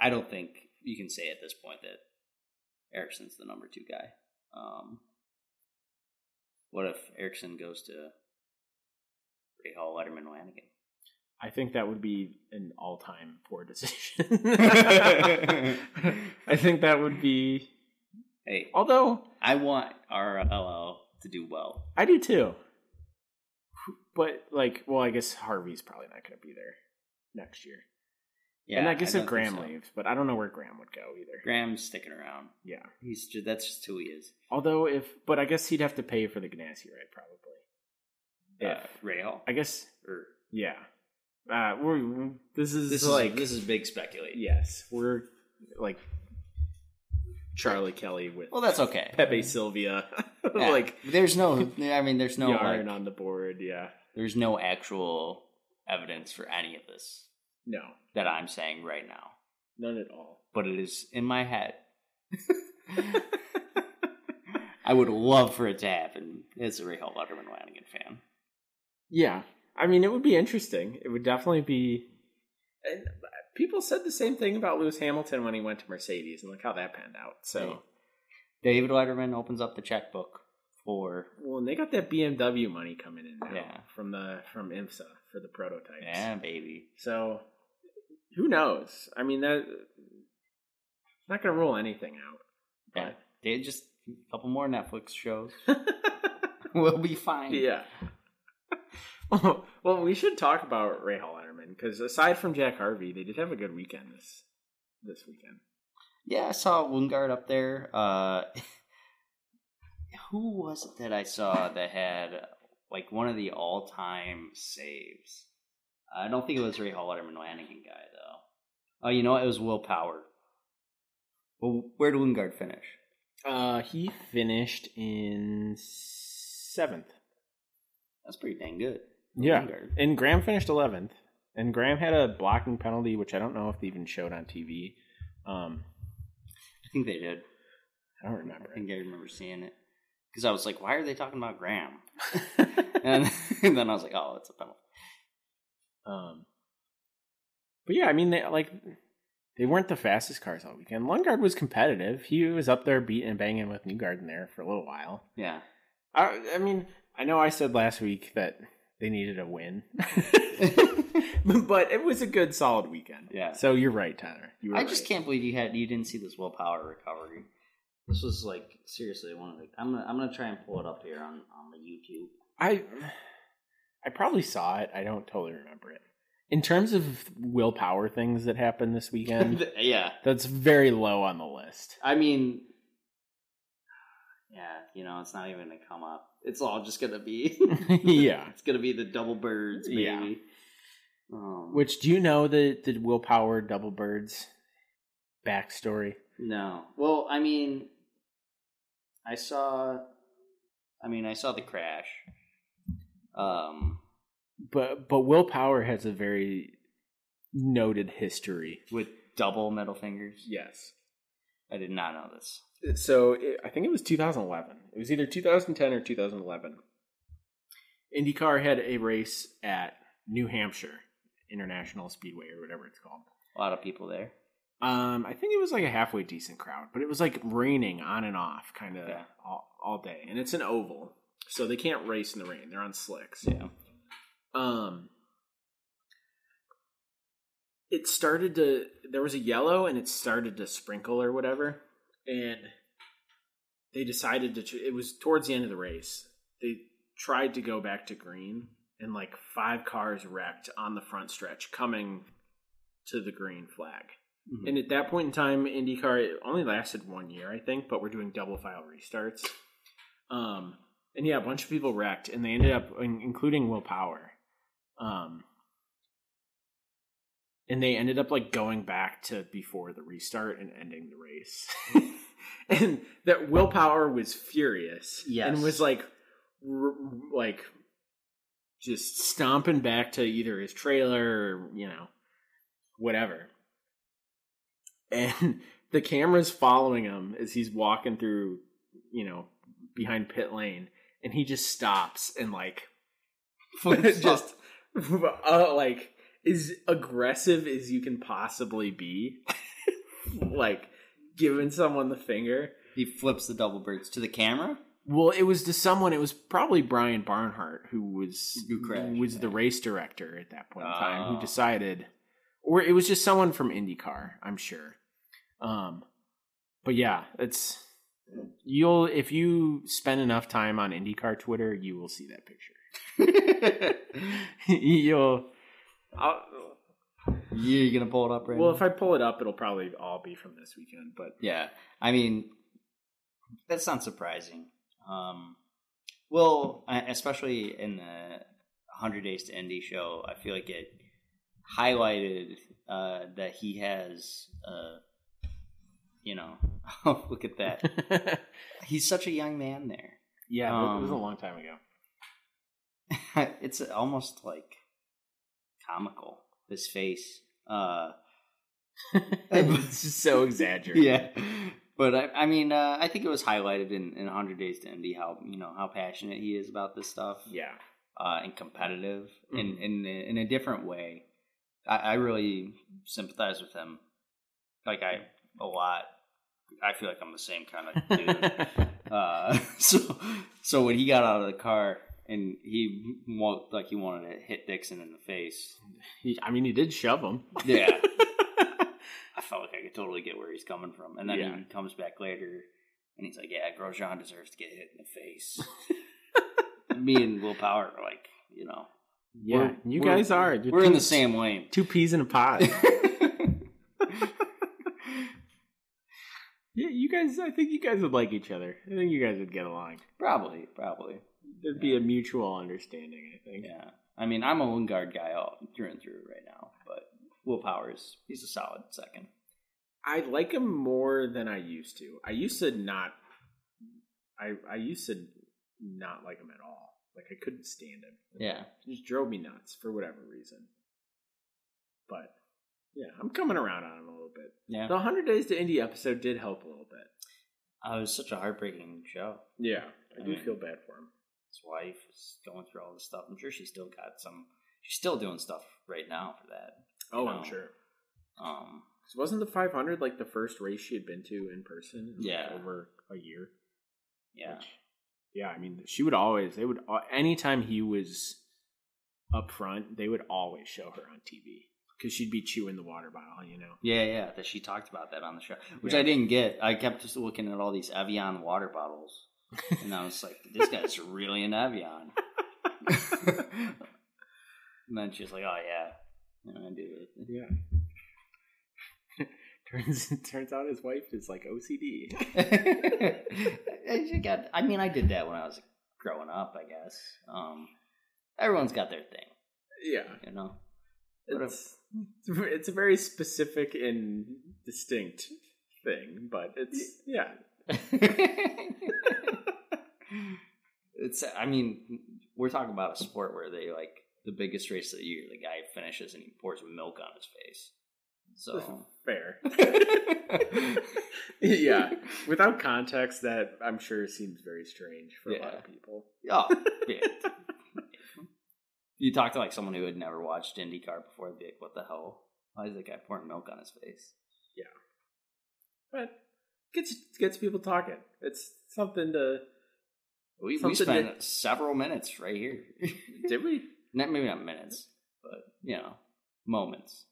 I don't think you can say at this point that Erickson's the number two guy. Um, what if Erickson goes to Ray Hall, Letterman, Lanigan? I think that would be an all time poor decision. <laughs> I think that would be. Hey, Although I want RLL to do well. I do too, but like, well, I guess Harvey's probably not going to be there next year. Yeah, and I guess if don't think Graham so. leaves, but I don't know where Graham would go either. Graham's sticking around. Yeah. He's ju- that's just who he is. Although if, but I guess he'd have to pay for the Ganassi ride probably. Yeah, If Ray Hall. I guess uh, or Yeah. Uh, we're, we're- this is this is like like this is big speculation. yes, we're like Charlie Kelly with Well, that's okay. Pepe Sylvia, <laughs> Yeah. like there's no, I mean, there's no yarn like, on the board. Yeah, there's no actual evidence for any of this no, that I'm saying right now, none at all. but it is in my head. I would love for it to happen. As a Ray Hall Letterman Lanigan fan, <laughs> Yeah, I mean, it would be interesting. It would definitely be. And people said the same thing about Lewis Hamilton when he went to Mercedes, and look how that panned out. So, Right. David Letterman opens up the checkbook for well, and they got that BMW money coming in now Yeah. from the from IMSA for the prototypes. yeah, baby. So who knows? I mean, that not going to rule anything <laughs> Yeah, Right. they just a couple more Netflix shows. <laughs> out. we'll be fine. yeah. <laughs> well, we should talk about Ray Hall Letterman because aside from Jack Harvey, they did have a good weekend this this weekend. Yeah, I saw Wingard up there. Uh, <laughs> who was it that I saw that had like one of the all-time saves? I don't think it was Ray Hall Letterman Lanigan guy though. Oh, you know what? It was Will Power. Well, where did Wingard finish? Uh, he finished in seventh. That's pretty dang good. Yeah, Vanguard. and Graham finished eleventh, and Graham had a blocking penalty, which I don't know if they even showed on TV. Um, I think they did. I don't I remember. think I remember seeing it because I was like, "Why are they talking about Graham?" <laughs> and, and then <laughs> I was like, "Oh, it's a penalty." Um, but yeah, I mean, they like they weren't the fastest cars all weekend. Lundgaard was competitive. He was up there beating and banging with Newgarden there for a little while. Yeah, I, I mean, I know I said last week that they needed a win, <laughs> but it was a good, solid weekend. Yeah. So you're right, Tyler. You were I just right. can't believe you had you didn't see this willpower recovery. This was like seriously one of the. I'm gonna I'm gonna try and pull it up here on on the YouTube. <laughs> I I probably saw it. I don't totally remember it. In terms of willpower things that happened this <laughs> weekend, yeah, that's very low on the list. I mean, <sighs> yeah, you know, it's not even gonna come up. It's all just gonna be <laughs> Yeah. It's gonna be the double birds, baby. Yeah. Um, Which do you know the the willpower double birds backstory? no, well, I mean, I saw, I mean, I saw the crash. Um, But but willpower has a very noted history. with double middle fingers. Yes. I did not know this. so it, I think it was 2011. It was either 2010 or 2011. IndyCar had a race at New Hampshire International Speedway or whatever it's called. A lot of people there. Um, I think it was like a halfway decent crowd, but it was like raining on and off kind of Yeah. all, all day, and it's an oval, so they can't race in the rain. They're on slicks. Yeah. Um, it started to there was a yellow, and it started to sprinkle or whatever, and they decided to. tr- It was towards the end of the race. They tried to go back to green, and like five cars wrecked on the front stretch coming to the green flag. Mhm. And at that point in time, IndyCar it only lasted one year, I think, but we're doing double file restarts. Um, and yeah, a bunch of people wrecked, and they ended up, in- including Will Power. Um, and they ended up like going back to before the restart and ending the race. <laughs> and that Will Power was furious, Yes. and was like, r- like just stomping back to either his trailer or you know whatever and <laughs> the camera's following him as he's walking through you know behind pit lane and he just stops and like just <laughs> uh, like as aggressive as you can possibly be like giving someone the finger He flips the double birds to the <laughs> camera. well, it was to someone. It was probably Brian Barnhart who was Who crashed, was the yeah. race director at that point in time who Oh. decided, or it was just someone from IndyCar. I'm sure. Um, but yeah, it's you'll if you spend enough time on IndyCar Twitter, you will see that picture. <laughs> you'll. I'll, You're gonna pull it up right well, now? if I pull it up, it'll probably all be from this weekend. But Yeah, I mean, that's not surprising. Um, well, I- especially in the 100 Days to Indy show, I feel like it highlighted uh, that he has, uh, you know, <laughs> oh, look at that. <laughs> He's such a young man there. yeah, it was a Um, long time <laughs> ago. <laughs> it's almost like comical, his face. Uh, <laughs> it's just so exaggerated. yeah but i, I mean uh, i think it was highlighted in, in 100 days to indy how you know how passionate he is about this stuff yeah. uh, and competitive Mhm. in, in in a different way I, I really sympathize with him like i a lot i feel like i'm the same kind of dude uh, <laughs> so so when he got out of the car and he walked like he wanted to hit dixon in the face He- I mean, he did shove him. yeah I felt like I could totally get where he's coming from. And then Yeah. he comes back later and he's like, Yeah, Grosjean deserves to get hit in the face. Me and Will Power are like, you know. yeah, we're- you we're- guys are. You're we're in two- the same lane. <laughs> Two peas in a <laughs> pod. yeah, you guys. I think you guys would like each other. I think you guys would get along. probably, probably. There'd be a mutual understanding. I think. Yeah. I mean, I'm a Lingard guy all through and through right now, but Will Power is he's a solid second. I like him more than I used to. I used to not I I used to not like him at all. Like I couldn't stand him. Yeah. He just drove me nuts for whatever reason. But yeah, I'm coming around on him a little bit. Yeah. The 100 Days to Indy episode did help a little bit. Uh, it was such a heartbreaking show. Yeah, I, I do mean- feel bad for him. His wife is going through all this stuff. I'm sure she's still got some. She's still doing stuff right now for that. Oh, No. I'm sure. Um, 'Cause wasn't the 500 like the first race she had been to in person? in, like, Yeah. over a year. yeah, Yeah, I mean, she would always. They would al- anytime he was up front, they would always show her on TV because she'd be chewing the water bottle, you know. yeah, yeah. That she talked about that on the show, which Yeah. I didn't get. I kept just looking at all these Evian water bottles, and I was like, "This guy's really an Evian." and then she's like, "Oh yeah, and I do it." Yeah. <laughs> turns turns out his wife is like OCD. And you got, I mean, I did that when I was growing up, I guess. Um, everyone's got their thing, <laughs> Yeah, you know? What a- it's it's a very specific and distinct thing, but it's yeah. <laughs> it's, I mean, we're talking about a sport where they, like, the biggest race of the year, the guy finishes and he pours milk on his face. <laughs> So, oh, Fair. yeah. Without context, that I'm sure seems very strange for a lot of people. oh, yeah. You talk to, like, someone who had never watched IndyCar before, they'd be like, what the hell? Why is that guy pouring milk on his face? But gets gets people talking. It's something to We, we Something spent that- several minutes right here. <laughs> did we? not, maybe not minutes, but you know, moments.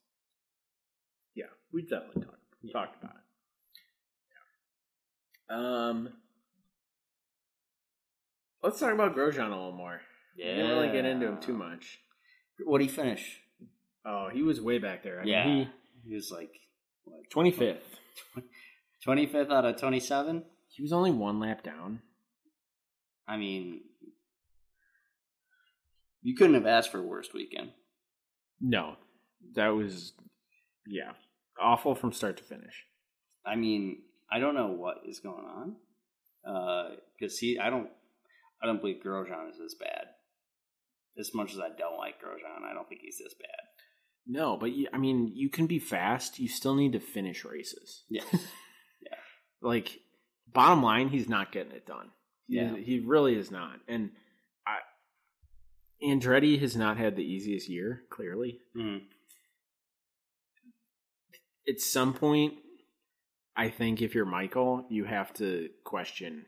Yeah, we definitely talked talked about it. Yeah. Um Let's talk about Grosjean a little more. We didn't really get into him too much. What did he finish? Oh, he was way back there. I yeah, mean, he, was like he twenty fifth. twenty fifth out of twenty seven. He was only one lap down. I mean, you couldn't have asked for worst weekend. No, that was yeah awful from start to finish. I mean, I don't know what is going on because he. I don't. I don't believe Grosjean is this bad. As much as I don't like Grosjean, I don't think he's this bad. No, but you, I mean, you can be fast. You still need to finish races. Yeah. <laughs> Like, bottom line, he's not getting it done. He- Yeah. he really is not. And I, Andretti has not had the easiest year. Clearly, Mm-hmm. at some point, I think if you're Michael, you have to question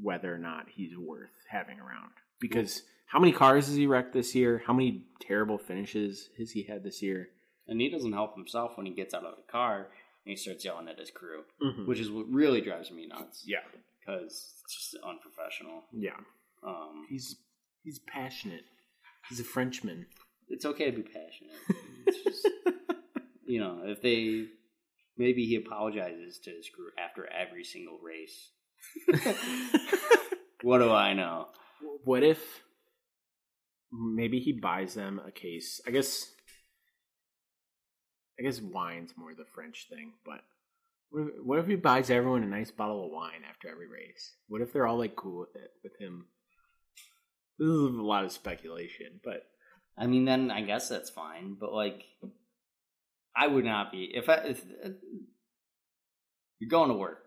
whether or not he's worth having around. Because how many cars has he wrecked this year? How many terrible finishes has he had this year? And he doesn't help himself when he gets out of the car and he starts yelling at his crew, Mhm. which is what really drives me nuts. Yeah, Because it's just unprofessional. yeah. Um, He's he's passionate. He's a Frenchman. it's okay to be passionate. It's just, you know, if they. Maybe he apologizes to his crew after every single race. What do I know? what if maybe he buys them a case? I guess I guess wine's more the French thing, but what if, what if he buys everyone a nice bottle of wine after every race? What if they're all like cool with it with him? This is a lot of speculation, but I mean, then I guess that's fine. But like, I would not be if I if uh, you're going to work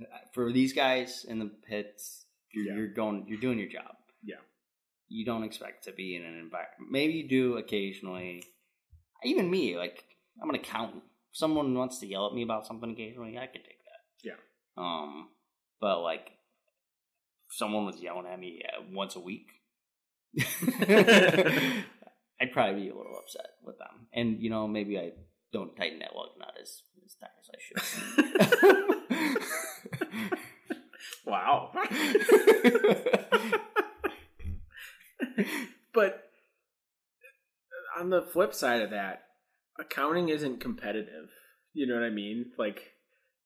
Uh, for these guys in the pits. You're, Yeah. you're going. You're doing your job. Yeah. You don't expect to be in an environment. Maybe you do occasionally. Even me, like I'm an accountant. If someone wants to yell at me about something occasionally, I can take that. Yeah. Um. But like, if someone was yelling at me uh, once <laughs> a week. I'd probably be a little upset with them, and you know maybe I don't tighten that lug nut as as tight as I <laughs> should. wow. <laughs> but on the flip side of that, accounting isn't competitive. You know what I mean? Like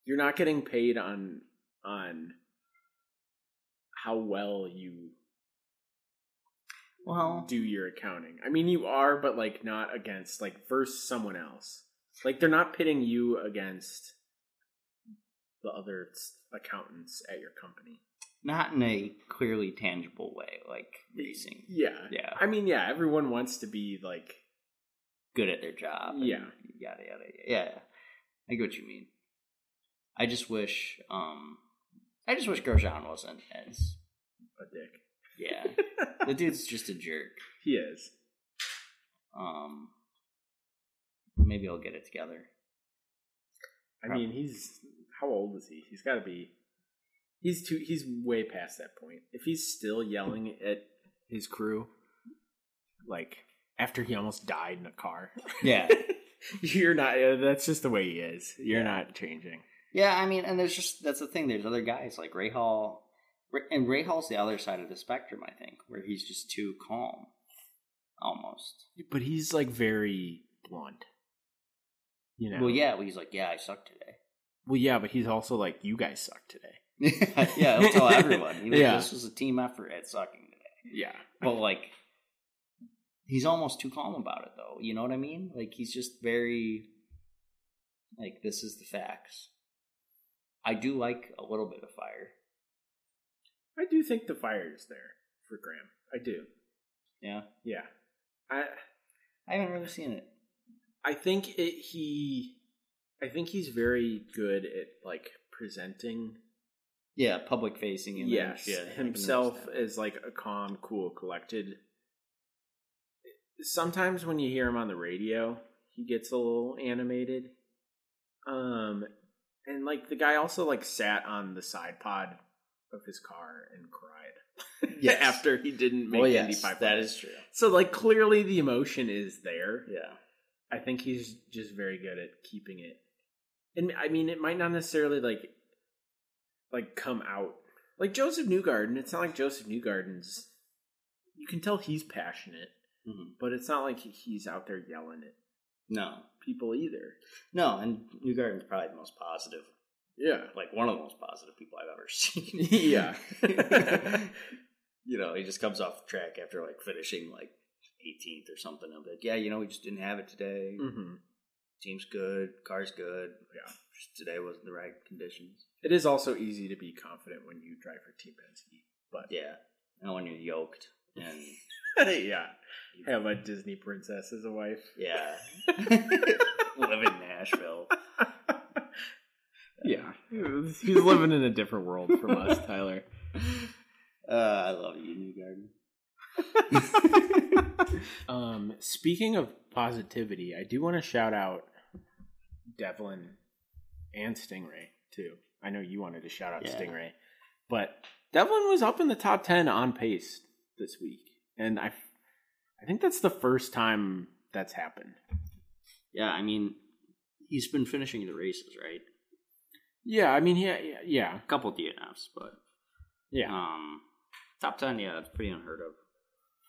you're not getting paid on on how well you well, do your accounting. I mean, you are, but like not against like versus someone else. Like they're not pitting you against the other s- accountants at your company. Not in a clearly tangible way, like racing. Yeah. Yeah. I mean, yeah, everyone wants to be like Good at their job. and Yeah. Yada, yada, yada. Yeah. I get what you mean. I just wish, um, I just wish Grosjean wasn't as, a dick. <laughs> yeah. the dude's just a jerk. He is. Um, maybe I'll get it together. I mean, he's how old is he? He's got to be. He's too. He's way past that point. If he's still yelling at his crew, like after he almost died in a car, <laughs> Yeah. <laughs> you're not. uh, That's just the way he is. You're not changing. Yeah, I mean, and there's just that's the thing. There's other guys like Ray Hall, Ra- and Ray Hall's the other side of the spectrum, I think, where he's just too calm, almost. But he's like very blunt. You know. Well, yeah, well, he's like, yeah, I suck today. Well, yeah, but he's also like, you guys suck today. <laughs> yeah, he'll tell everyone. He was- Yeah. this was a team effort at sucking today. Yeah. But like, he's almost too calm about it, though. You know what I mean? Like, he's just very like this is the facts. I do like a little bit of fire. I do think the fire is there for Graham. I do. Yeah, Yeah. I I haven't really seen it. I think it, he, I think he's very good at like presenting. Yeah, public facing image. yes, yeah, I can himself understand. as like a calm, cool, collected. Sometimes when you hear him on the radio, he gets a little animated. Um, and like the guy also like sat on the side pod of his car and cried Yes. <laughs> after he didn't make Well, yes, Indy five. that is true. so like clearly the emotion is there. Yeah, I think he's just very good at keeping it. And I mean, it might not necessarily like like come out like Joseph Newgarden. It's not like Joseph Newgarden's. You can tell he's passionate, Mhm. but it's not like he's out there yelling at no, people either. no, and Newgarden's probably the most positive, Yeah, like one of the most positive people I've ever <laughs> seen. yeah, <laughs> you know, he just comes off the track after like finishing like 18th or something. I'm like, yeah, you know, we just didn't have it today. hmm Team's good, car's good. yeah. Just today wasn't the right conditions. It is also easy to be confident when you drive for Team Penske, but Yeah, and when you're yoked, and <laughs> yeah, have a Disney princess as a wife. yeah, live in Nashville. <laughs> Yeah, he's living in a different world from <laughs> us, Tyler. Uh, I love you, Newgarden. <laughs> um, speaking of positivity, I do want to shout out Devlin and Stingray too. I know you wanted to shout out Yeah. Stingray, but Devlin was up in the top ten on pace this week, and I, I think that's the first time that's happened. Yeah, I mean, he's been finishing the races, right? Yeah, I mean, yeah, yeah, yeah, A couple DNFs, but yeah. um, top ten, yeah, it's pretty unheard of.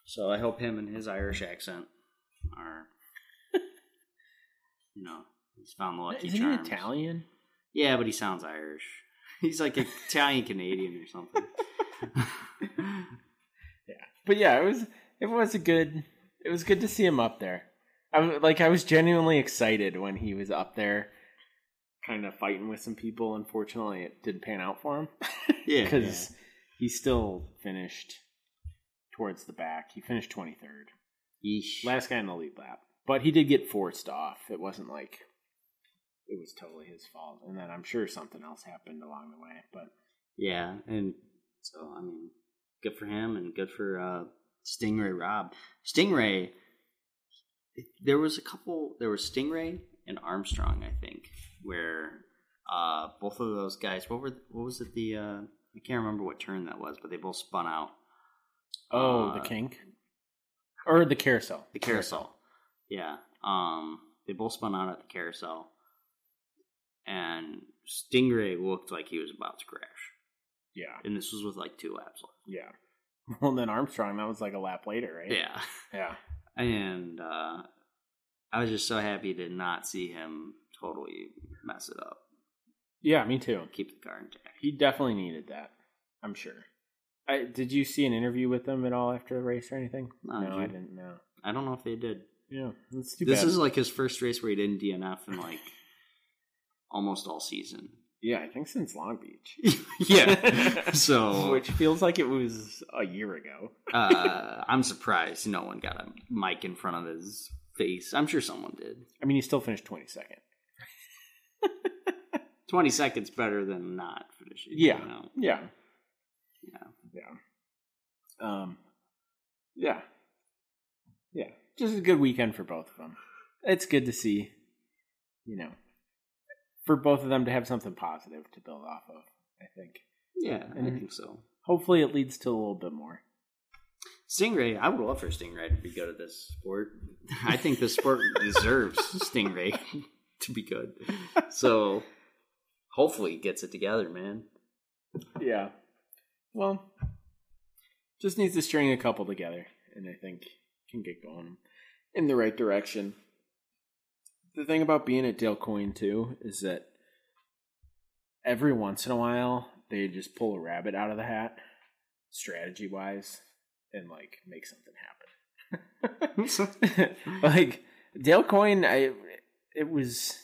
So I hope him and his Irish accent <laughs> are, you know, he's found the lucky Is he charms. Italian? Yeah, but he sounds Irish. <laughs> He's like Italian Canadian or something. <laughs> but yeah, it was it was a good it was good to see him up there. I w- like I was genuinely excited when he was up there, kind of fighting with some people. Unfortunately, it didn't pan out <laughs> for him yeah, because he still finished towards the back. He finished twenty third, yeah. Yeesh. last guy in the lead lap, but he did get forced off. It wasn't like it was totally his fault. And then I'm sure something else happened along the way, but Yeah, and so I mean, good for him and good for uh, Stingray Rob. Stingray, there was a couple. There was Stingray and Armstrong, I think, where uh, both of those guys. What were what was it? The uh, I can't remember what turn that was, but they both spun out oh, Uh, the kink or the carousel. the carousel. Yeah, um, they both spun out at the carousel, and Stingray looked like he was about to crash. Yeah. And this was with like two laps left. Yeah. <laughs> Well, then Armstrong, that was like a lap later, right? Yeah. Yeah. and uh, I was just so happy to not see him totally mess it up. Yeah, me too. Keep the car intact. He definitely needed that. I'm sure. I, did you see an interview with him at all after the race or anything? No, did I you? didn't know. I don't know if they did. Yeah, that's too this bad. <laughs> is like his first race where he didn't DNF in like almost all season. Yeah, I think since Long Beach, yeah. <laughs> So <laughs> which feels like it was a year ago. uh, I'm surprised no one got a mic in front of his face. I'm sure someone did. I mean, he still finished twenty second. 20 seconds better than not finishing. you Yeah, know? yeah, Yeah. yeah, um, yeah, yeah. Just a good weekend for both of them. It's good to see, you know, for both of them to have something positive to build off of. I think. Yeah, I Mhm. think so. Hopefully, it leads to a little bit more. Stingray, I would love for Stingray to be good at this sport. <laughs> I think the sport deserves Stingray <laughs> to be good. So hopefully he gets it together, man. Yeah. Well, just needs to string a couple together, and I think can get going in the right direction. The thing about being at Dale Coin too is that every once in a while they just pull a rabbit out of the hat, strategy wise, and like make something happen. <laughs> like Dale Coin, I it was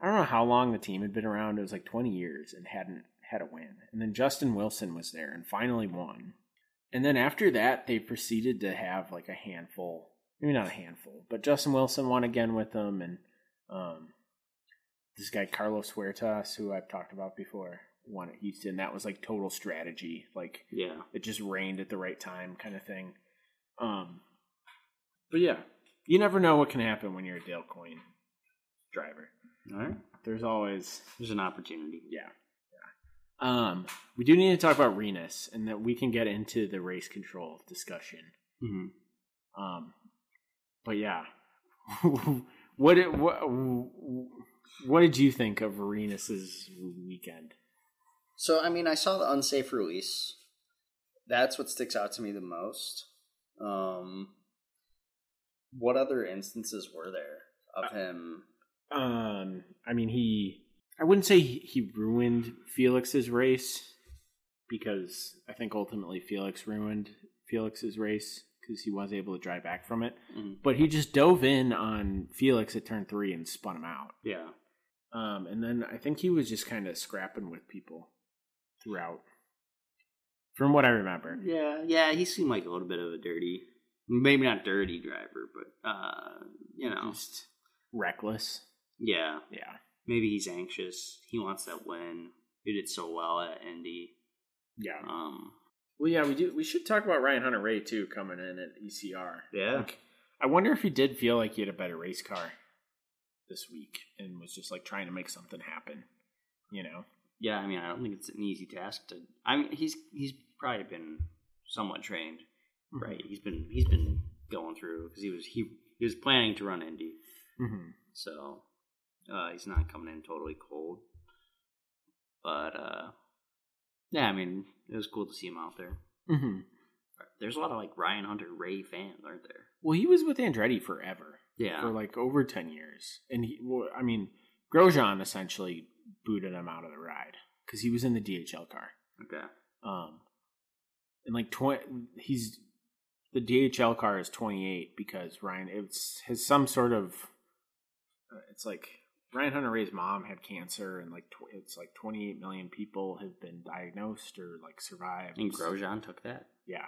I don't know how long the team had been around. It was like 20 years and hadn't had a win. And then Justin Wilson was there and finally won. And then after that, they proceeded to have like a handful, maybe not a handful, but Justin Wilson won again with them. And um, this guy, Carlos Huertas, who I've talked about before, won at Houston. That was like total strategy. Like Yeah. it just rained at the right time kind of thing. Um, but yeah, you never know what can happen when you're a Dale Coyne driver. All right. There's always There's an opportunity. yeah. yeah. Um, we do need to talk about Renus, and that we can get into the race control discussion. hmm Um, but yeah, <laughs> what did, what what did you think of Renus's weekend? So I mean, I saw the unsafe release. That's what sticks out to me the most. Um, what other instances were there of him? Um, I mean, he I wouldn't say he, he ruined Felix's race because I think ultimately Felix ruined Felix's race because he was able to drive back from it. But he just dove in on Felix at turn three and spun him out. Yeah, Um, and then I think he was just kind of scrapping with people throughout, from what I remember. yeah, yeah. He seemed like a little bit of a dirty, maybe not dirty driver, but uh, you know, Just reckless. yeah. Yeah. Maybe he's anxious. He wants that win. He did so well at Indy. Yeah. Um, Well, yeah, we do. We should talk about Ryan Hunter Ray too coming in at E ECR. Yeah. Like, I wonder if he did feel like he had a better race car this week and was just like trying to make something happen. You know. yeah. I mean, I don't think it's an easy task to. I mean, he's he's probably been somewhat trained. Right. He's been he's been going through because he was he, he was planning to run Indy, Mm-hmm. so uh, he's not coming in totally cold. But uh, yeah, I mean, it was cool to see him out there. Mm-hmm. There's a lot of like Ryan Hunter Ray fans, aren't there? Well, he was with Andretti forever. Yeah. for like over 10 years. And he, well, I mean, Grosjean essentially booted him out of the ride because he was in the DHL car. okay. Um, and like 20, he's the DHL car is 28 because Ryan, it's has some sort of, uh, it's like Ryan Hunter Ray's mom had cancer and like, tw- it's like 28 million people have been diagnosed or like survived. And Grosjean took that. Yeah.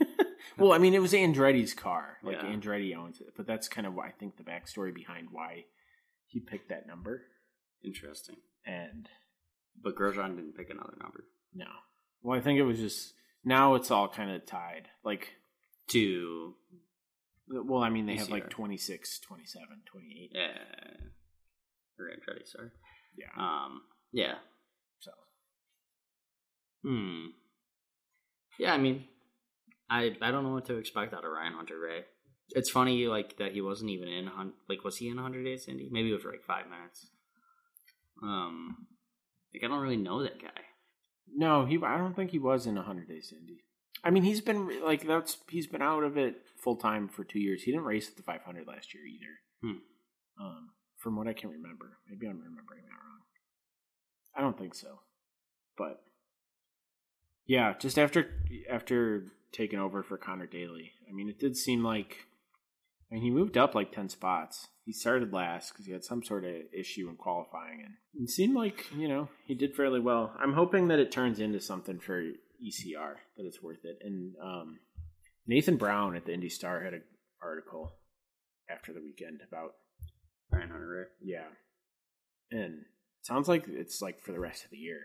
<laughs> well, I mean, it was Andretti's car. Like Yeah. Andretti owns it, but that's kind of why I think the backstory behind why he picked that number. Interesting. And But Grosjean didn't pick another number. no, well, I think it was just now it's all kind of tied. Like, To well, I mean, they have like ECR. 26, 27, 28. uh, or Andretti, sorry. Yeah. Um, yeah. So Hmm. Yeah, I mean, I I don't know what to expect out of Ryan Hunter Ray. It's funny like that he wasn't even in hun- like was he in 100 Days Indy? Maybe it was for like five minutes. Um, like I don't really know that guy. no, he. I don't think he was in hundred days Indy. I mean, he's been like that's he's been out of it full time for two years. He didn't race at the 500 last year either. Hmm. um, from what I can remember. Maybe I'm remembering that wrong. I don't think so, but yeah, just after after taking over for Connor Daly, I mean, it did seem like I mean, he moved up like 10 spots. He started last because he had some sort of issue in qualifying. And it seemed like, you know, he did fairly well. I'm hoping that it turns into something for ECR, that it's worth it. And um, Nathan Brown at the Indy Star had an article after the weekend about, Brian Hunter yeah. And it sounds like it's like for the rest of the year.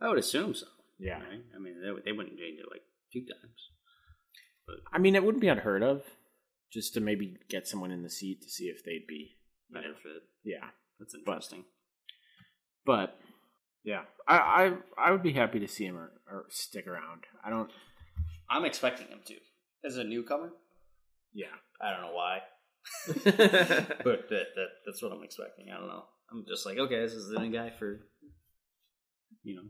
Ray. I would assume so. Yeah. Right? I mean, they, they wouldn't change it like two times. I mean, it wouldn't be unheard of just to maybe get someone in the seat to see if they'd be Better fit. Yeah. That's interesting. But yeah, I I, I would be happy to see him or, or stick around. I don't. I'm expecting him to. As a newcomer, Yeah, I don't know <laughs> why, but that, that that's what I'm expecting. I don't know. I'm just like, okay, this is the new guy for, you know,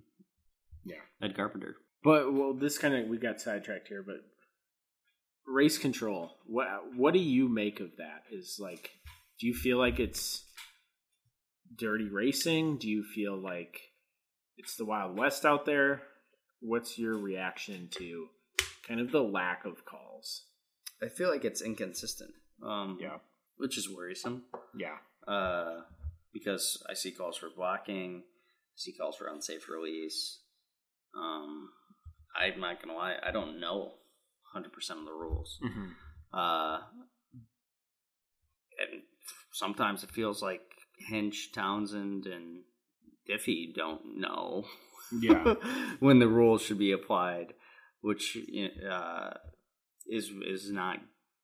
yeah. Ed Carpenter. But well, this kind of we got sidetracked here. But race control. What what do you make of that? Is like, do you feel like it's dirty racing? Do you feel like it's the Wild West out there? What's your reaction to kind of the lack of calls? I feel like it's inconsistent. Um, Yeah. which is worrisome. Yeah, Uh, because I see calls for blocking, I see calls for unsafe release. Um, I'm not gonna lie, I don't know 100 percent of the rules. mm-hmm. Uh, and sometimes it feels like Hinch, Townsend, and Diffie don't know yeah, <laughs> when the rules should be applied, which uh, is is not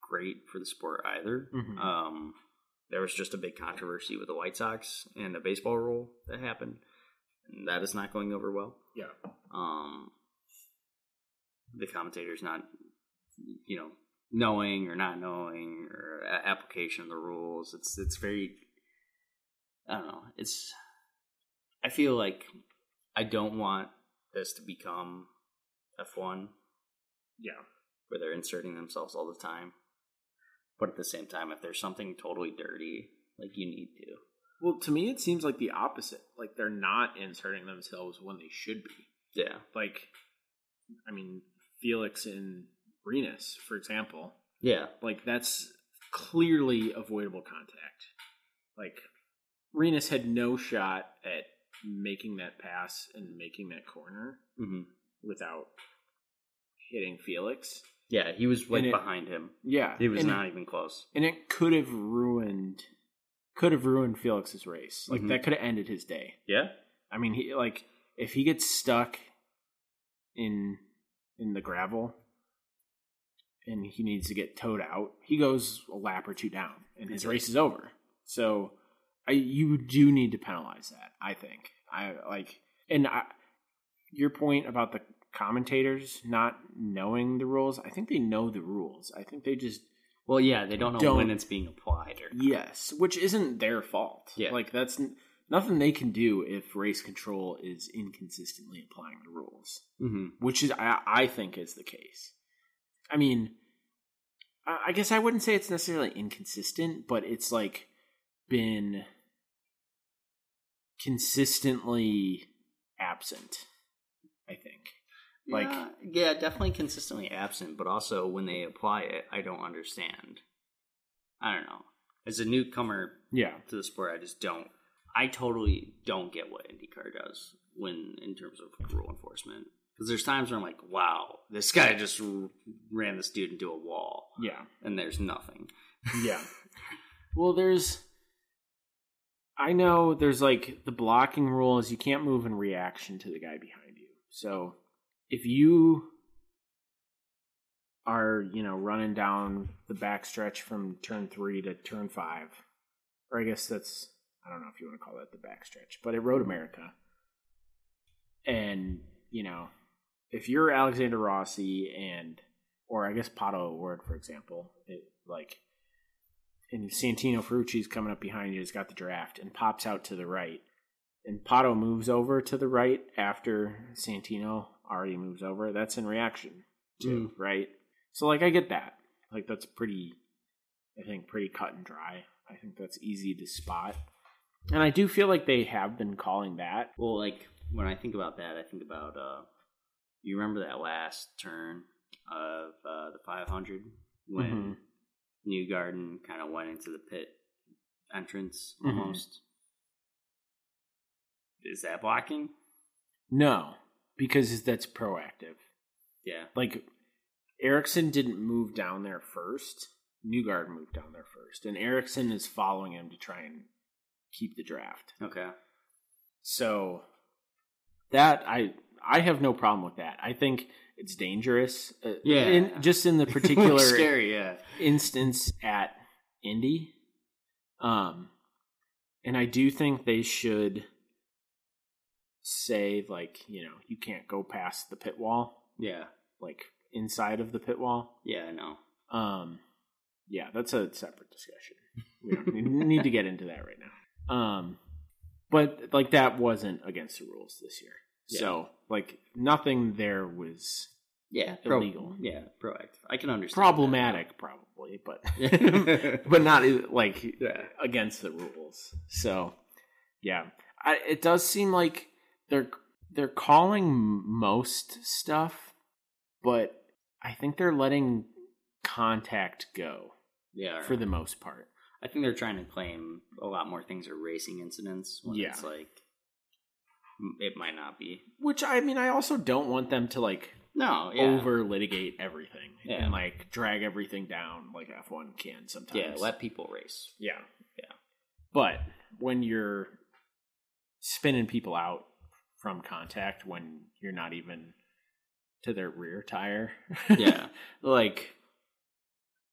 great for the sport either. Mhm. Um, there was just a big controversy with the White Sox and a baseball rule that happened, and that is not going over well. yeah. Um, the commentators not, you know, knowing or not knowing or a- application of the rules. It's it's very, I don't know. It's I feel like I don't want this to become F one <laughs> Yeah. where they're inserting themselves all the time. But at the same time, if there's something totally dirty, like you need to. Well, to me, it seems like the opposite. Like they're not inserting themselves when they should be. Yeah. Like, I mean, Felix and Renus, for example, Yeah. like that's clearly avoidable contact. Like, Renus had no shot at making that pass and making that corner hmm without hitting Felix. Yeah. He was like And it- behind him. Yeah, He was not even close. and it could have ruined, could have ruined Felix's race. Like Mhm. that could have ended his day. Yeah. I mean, he like if he gets stuck in in the gravel and he needs to get towed out, he goes a lap or two down, and his race is over. So, I you do need to penalize that. I think I like and I, your point about the commentators not knowing the rules. I think they know the rules. I think they just Well, yeah, they don't know Don't- when it's being applied. Or, Yes, which isn't their fault. Yeah. Like that's n- nothing they can do if race control is inconsistently applying the rules, mm-hmm. which is I, I think is the case. I mean, I, I guess I wouldn't say it's necessarily inconsistent, but it's like been consistently absent. I think. Like yeah, yeah, definitely consistently absent, but also when they apply it, I don't understand. I don't know. As a newcomer yeah, to the sport, I just don't. I totally don't get what IndyCar does when in terms of rule enforcement. Because there's times where I'm like, wow, this guy just r- ran this dude into a wall, yeah. and there's nothing. Yeah. <laughs> Well, there's. I know there's like the blocking rule is you can't move in reaction to the guy behind you. So if you are, you know, running down the backstretch from turn three to turn five, or I guess that's, I don't know if you want to call that the backstretch, but at Road America, and, you know, if you're Alexander Rossi and, or I guess Pato Award, for example, it, like, and Santino Ferrucci's coming up behind you, has got the draft, and pops out to the right. And Pato moves over to the right after Santino already moves over. That's in reaction to, right? So, like, I get that. Like, that's pretty, I think, pretty cut and dry. I think that's easy to spot. And I do feel like they have been calling that. <laughs> Well, like when I think about that, I think about uh, you remember that last turn of uh, the 500 when Mm-hmm. New Garden kind of went into the pit entrance Mhm. almost. Is that blocking? No, because that's proactive. Yeah. Like Erickson didn't move down there first. Newgard moved down there first, and Erickson is following him to try and keep the draft. Okay. So that I I have no problem with that. I think it's dangerous. uh, Yeah. in, just <laughs> in the <laughs> particular Looks scary, yeah. instance at Indy. Um, and I do think they should say like you know you can't go past the pit wall, Yeah. like inside of the pit wall. Yeah, no. Um, yeah, that's a separate discussion. We don't need, need to get into that right now. Um, but like that wasn't against the rules this year, Yeah. so like nothing there was Yeah. Illegal. Yeah, proactive. I can understand. problematic, probably, but <laughs> <laughs> but not like against the rules. So, yeah, I, it does seem like they're they're calling most stuff, but I think they're letting contact go Yeah. for the most part. I think they're trying to claim a lot more things are racing incidents when Yeah. it's like m- it might not be. Which I mean, I also don't want them to like No, yeah. over litigate everything Yeah. and like drag everything down like F one can sometimes. Yeah, let people race. <laughs> Yeah. Yeah. But when you're spinning people out from contact when you're not even to their rear tire. Yeah. like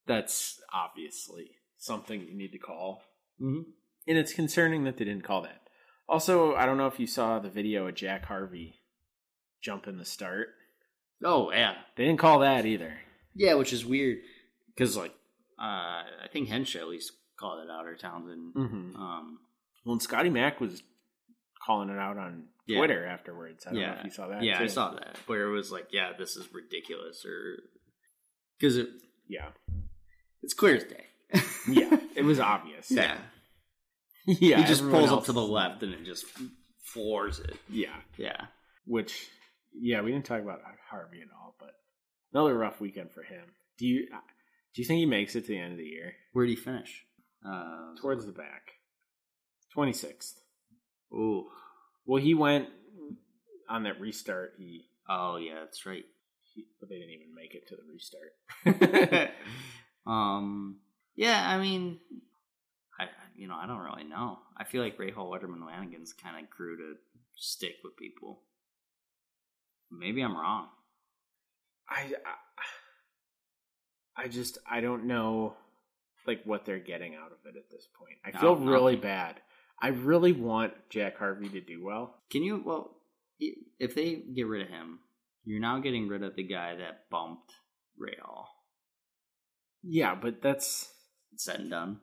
that's obviously something you need to call. Mhm. Mm-hmm. And it's concerning that they didn't call that. Also, I don't know if you saw the video of Jack Harvey jumping the start. Oh, yeah. They didn't call that either. Yeah, which is weird because like uh, I think Henshaw at least called it out or Townsend. Mm-hmm. Um, Well, and Scotty Mack was calling it out on Yeah. Twitter afterwards. I don't know yeah, if you saw that. Yeah, I too. saw that where it was like, yeah, this is ridiculous, or because it, Yeah. it's clear as day. Yeah, it was obvious. <laughs> yeah. yeah. he just everyone pulls up else- to the left and it just floors it. Yeah, Yeah, which yeah, we didn't talk about Harvey at all, but another rough weekend for him. Do you uh, do you think he makes it to the end of the year? where would he finish? <laughs> Uh, Towards the back, twenty sixth. ooh, Well, he went on that restart. He, oh yeah, that's right. he but they didn't even make it to the restart. um, yeah, I mean, I I- you know I don't really know. I feel like Ray Hall Letterman Lanigan's kind of grew to stick with people. Maybe I'm wrong. I, I I just I don't know like what they're getting out of it at this point. I No, feel nothing. really bad. I really want Jack Harvey to do well. Can you? Well, i- if they get rid of him, you're now getting rid of the guy that bumped Ray Hall. Yeah, but that's Said and done.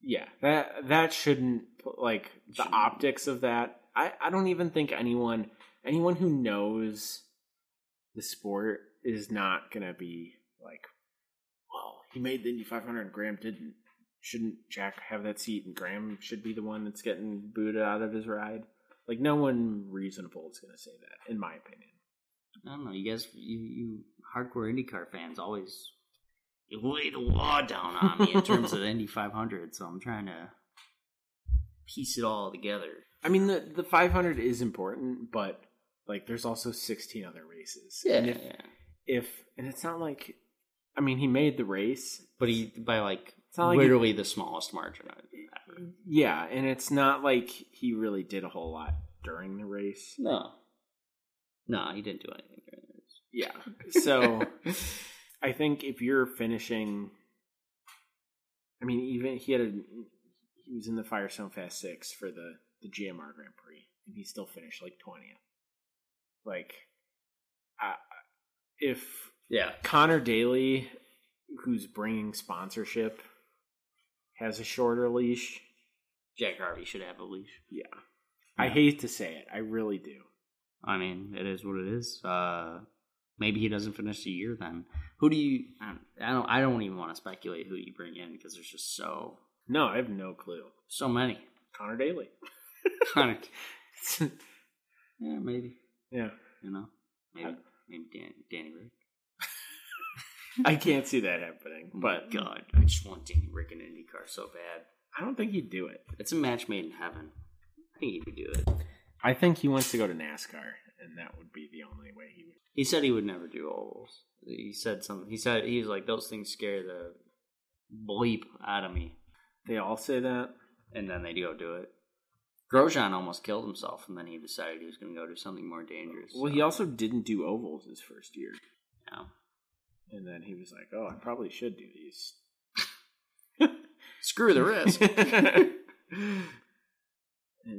yeah that that shouldn't like the Shouldn't. optics of that. I I don't even think anyone anyone who knows the sport is not gonna be like, well, he made the Indy 500 and Graham didn't. Shouldn't Jack have that seat and Graham should be the one that's getting booted out of his ride? Like no one reasonable is gonna say that, in my opinion. I don't know. You guys, you, you hardcore IndyCar fans always you lay the law down on me in terms of the Indy 500, so I'm trying to piece it all together. I mean, the the 500 is important, but like there's also 16 other races. And if if and it's not like I mean he made the race. But he, by like, not like literally the smallest margin. Ever. Yeah, and it's not like he really did a whole lot during the race. <laughs> No. No, he didn't do anything. during the race. Yeah. So I think if you're finishing I mean even he had a he was in the Firestone Fast 6 for the the GMR Grand Prix and he still finished like 20th. Like I if Yeah. Connor Daly, who's bringing sponsorship, has a shorter leash. Jack Harvey should have a leash. Yeah. I hate to say it. I really do. I mean, it is what it is. Uh, maybe he doesn't finish the year then. Who do you? I don't. I don't, I don't even want to speculate who you bring in because there's just so No, I have no clue. so many. <laughs> Connor Daly. <laughs> yeah, maybe yeah. you know, maybe maybe Dan, Danny Rick. I can't see that happening. But God, I just want Danny Rick in IndyCar so bad. I don't think he'd do it. It's a match made in heaven. I think he could do it. I think he wants to go to NASCAR, and that would be the only way he would. He said he would never do ovals. He said something. He said he was like those things scare the bleep out of me, They all say that. and then they go do it. Grosjean almost killed himself, and then he decided he was going to go do something more dangerous. Well, so, he also didn't do ovals his first year, you know. and then he was like, "Oh, I probably should do these." <laughs> screw the <laughs> risk. and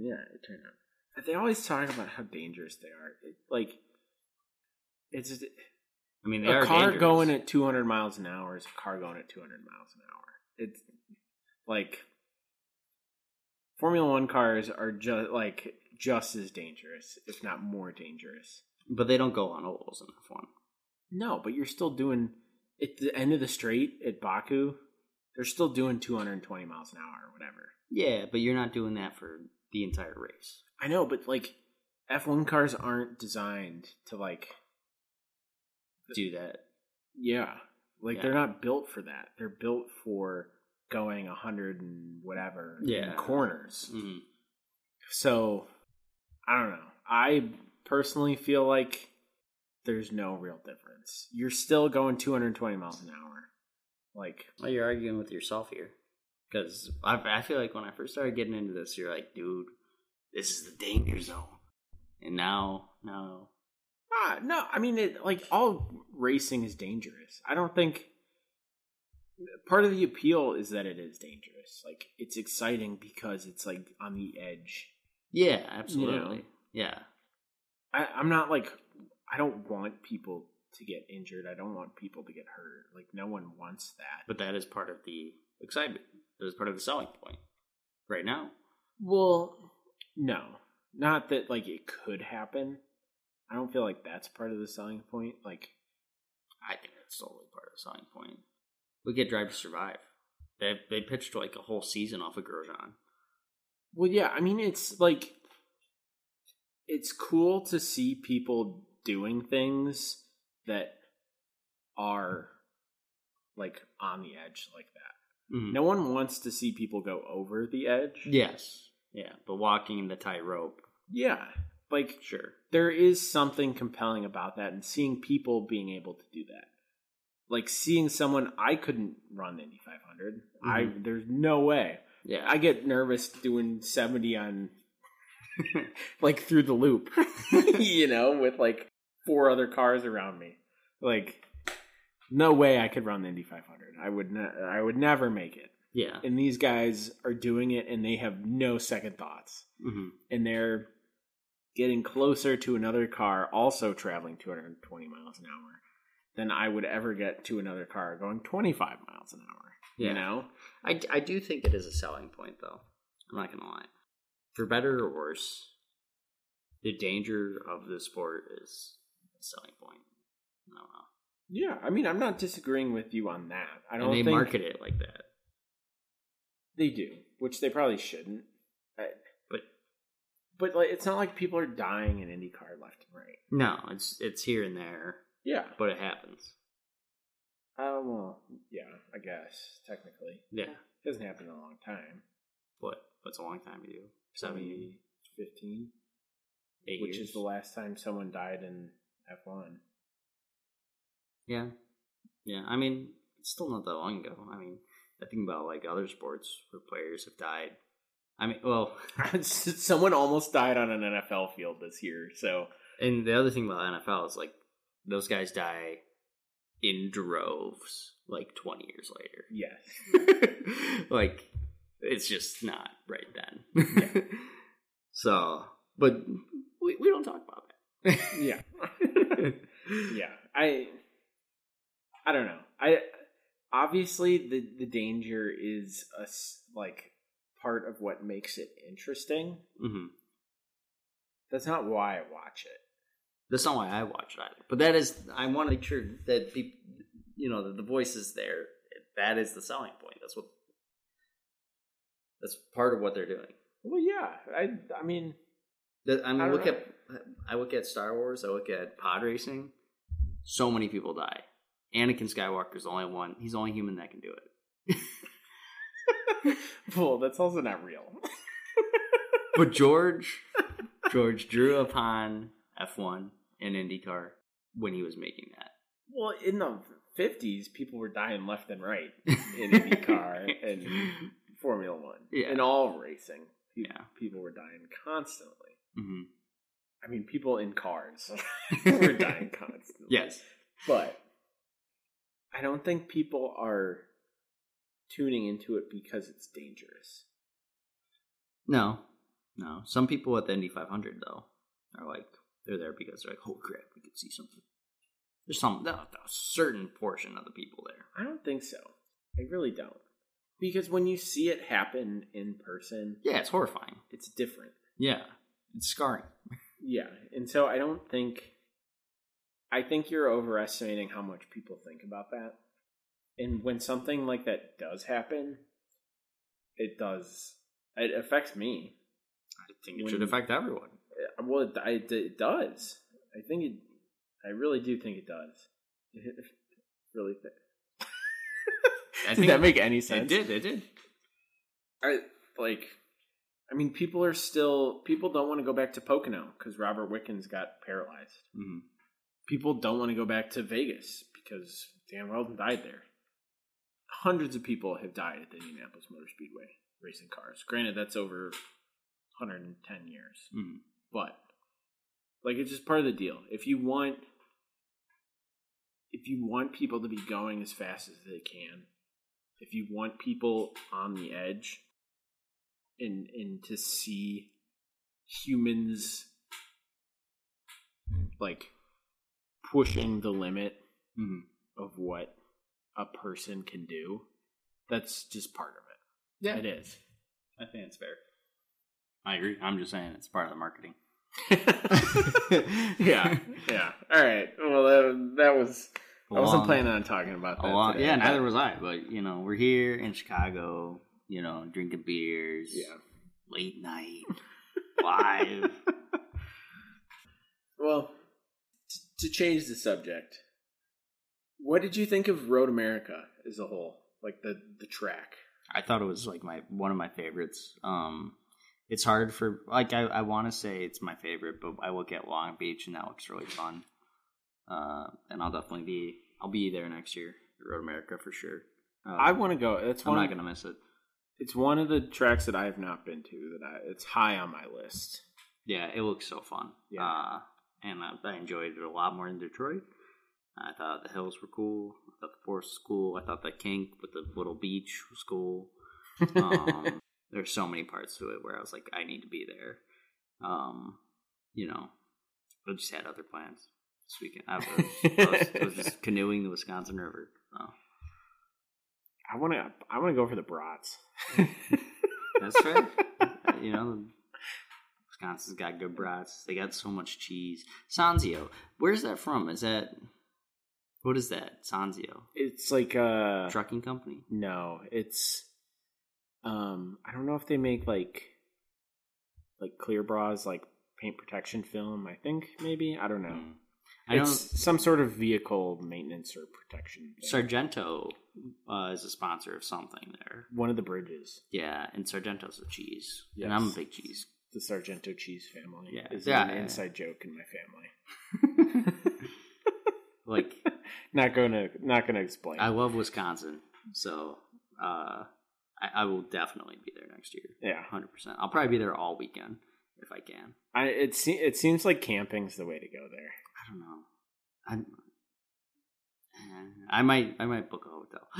yeah, it turned out. They always talk about how dangerous they are. It, like, it's I mean, they a are car dangerous. going at 200 miles an hour is a car going at 200 miles an hour. It's like Formula One cars are just like just as dangerous, if not more dangerous. but they don't go on ovals in F one. No, but you're still doing at the end of the straight at Baku. They're still doing 220 miles an hour or whatever. Yeah, but you're not doing that for the entire race. I know, but like F1 cars aren't designed to like Do that. yeah, like Yeah. they're not built for that. They're built for going 100 and whatever in Yeah. corners. Mm. So I don't know. I personally feel like there's no real difference. You're still going 220 miles an hour. Like Well, you're arguing with yourself here. Because I, I feel like when I first started getting into this, you're like, dude, this is the danger zone. And now, now, Ah, no, I mean, it, like all racing is dangerous. I don't think part of the appeal is that it is dangerous. Like it's exciting because it's like on the edge. yeah, absolutely. Yeah. I, I'm not like I don't want people to get injured. I don't want people to get hurt. Like no one wants that. But that is part of the excitement. That is part of the selling point right now. Well, no, not that like it could happen. I don't feel like that's part of the selling point. Like I think that's solely part of the selling point. Look at Drive to Survive. They, they pitched like a whole season off of Grosjean. Well, yeah, I mean, it's like it's cool to see people doing things that are like on the edge like that. Mhm. No one wants to see people go over the edge. Yes. Yeah. But walking the tightrope, Yeah. Like sure. there is something compelling about that and seeing people being able to do that. Like seeing someone I couldn't run Indy 500. I there's no way. Mm-hmm. Yeah. I get nervous doing 70 <laughs> on like through the loop, you know, with like four other cars around me. Like no way I could run the Indy 500. I would not I would never make it. yeah. And these guys are doing it and they have no second thoughts. hmm And they're getting closer to another car also traveling 220 miles an hour than I would ever get to another car going 25 miles an hour. Yeah. You know? I, I do think it is a selling point, though. I'm not going to lie. For better or worse, the danger of the sport is a selling point. I don't know. Yeah, I mean, I'm not disagreeing with you on that. I don't and they think market it like that. they do, which they probably shouldn't. I- But- but like, it's not like people are dying in IndyCar left and right. No, it's it's here and there, Yeah. but it happens. Um, well, yeah, I guess technically Yeah, it hasn't happened in a long time. but it's a long time to you. Seven, 2015, Um, eight which years. is the last time someone died in F1. Yeah, yeah. I mean, it's still not that long ago. I mean, I think about like other sports where players have died. I mean, well, <laughs> <laughs> someone almost died on an NFL field this year. So And the other thing about NFL is like those guys die in droves like 20 years later. yes, like it's just not right then. so, but we, we don't talk about that. <laughs> yeah. yeah. yeah i i don't know i obviously the the danger is a s- like part of what makes it interesting hmm that's not why i watch it That's not why I watch it either. But that is, I want to make sure that people, you know, that the voice is there. That is the selling point. That's what, that's part of what they're doing. well yeah i i mean <laughs> The, I mean, I don't look know. at I look at Star Wars. I look at pod racing. So many people die Anakin Skywalker's the only one. He's the only human that can do it. <laughs> Well, that's also not real. But George, George drew upon F1 and IndyCar when he was making that. Well, in the fifties, people were dying left and right in IndyCar and Formula One. Yeah. In all racing, pe- Yeah. people were dying constantly. hmm I mean, people in cars were dying constantly. Yes. but I don't think people are tuning into it because it's dangerous. No. No. Some people at the Indy 500 though are like they're there because they're like, oh crap, we could see something. There's some a certain portion of the people there. I don't think so. I really don't. Because when you see it happen in person, Yeah, it's horrifying. it's different. Yeah, it's scarring. Yeah, and so I don't think. I think you're overestimating how much people think about that. And when something like that does happen, it does. It affects me. I think it should affect everyone. Uh, Well, it, I- it does. I think it. I really do think it does. <laughs> really. Th- <laughs> I Did think that make any It sense? did. It did. I, like, I mean, people are still. People don't want to go back to Pocono because Robert Wickens got paralyzed. hmm people don't want to go back to Vegas because Dan Weldon died there. Hundreds of people have died at the Indianapolis Motor Speedway racing cars. Granted, that's over 110 years, hmm but like it's just part of the deal. If you want, if you want people to be going as fast as they can, if you want people on the edge, and and to see humans like pushing the limit hmm of what a person can do, that's just part of it. Yeah, It is. I think it's fair. I agree. I'm just saying it's part of <laughs> the marketing. yeah, <laughs> yeah. All right. Well, that, that was. I wasn't Long- planning on talking about A that. lot. today, Yeah, but- neither was I. But you know, we're here in Chicago. You know, drinking beers. Yeah. Late night. <laughs> Live. Well, t- to change the subject, what did you think of Road America as a whole? Like the the track. I thought it was like my one of my favorites. Um, it's hard for like I, I want to say it's my favorite, but I look at Long Beach and that looks really fun. Uh, and I'll definitely be I'll be there next year, at Road America for sure. Uh, I want to go. That's I'm one. not gonna miss it. It's one of the tracks that I have not been to. That I, it's high on my list. Yeah, it looks so fun. Yeah. Uh, and I, I enjoyed it a lot more in Detroit. I thought the hills were cool. I thought the forest was cool. I thought the kink with the little beach was cool. Um, there's so many parts to it where I was like, I need to be there. Um, you know, I just had other plans this weekend. I was, I was, I was just canoeing the Wisconsin River. Um, So I want to. I want to go for the <laughs> brats. that's <laughs> fair. you know, Wisconsin's got good brats. They got so much cheese. Sanzio, where's that from? Is that what is that? Sanzio It's like uh trucking company. no, it's um I don't know if they make like like clear bras like paint protection film, I think maybe. I don't know. Hmm. I know um, it's some sort of vehicle maintenance or protection. thing. Sargento uh, is a sponsor of something there. One of the bridges, Yeah, and Sargento's a cheese, and I'm a <laughs> big cheese. the Sargento cheese family. Yeah. Is Yeah, an yeah, yeah. inside joke in my family. Like Not gonna not gonna explain. I love Wisconsin, so uh, I, I will definitely be there next year. yeah. hundred percent. I'll probably be there all weekend if I can. I it se- it seems like camping's the way to go there. I don't know. I'm, uh, I might I might book a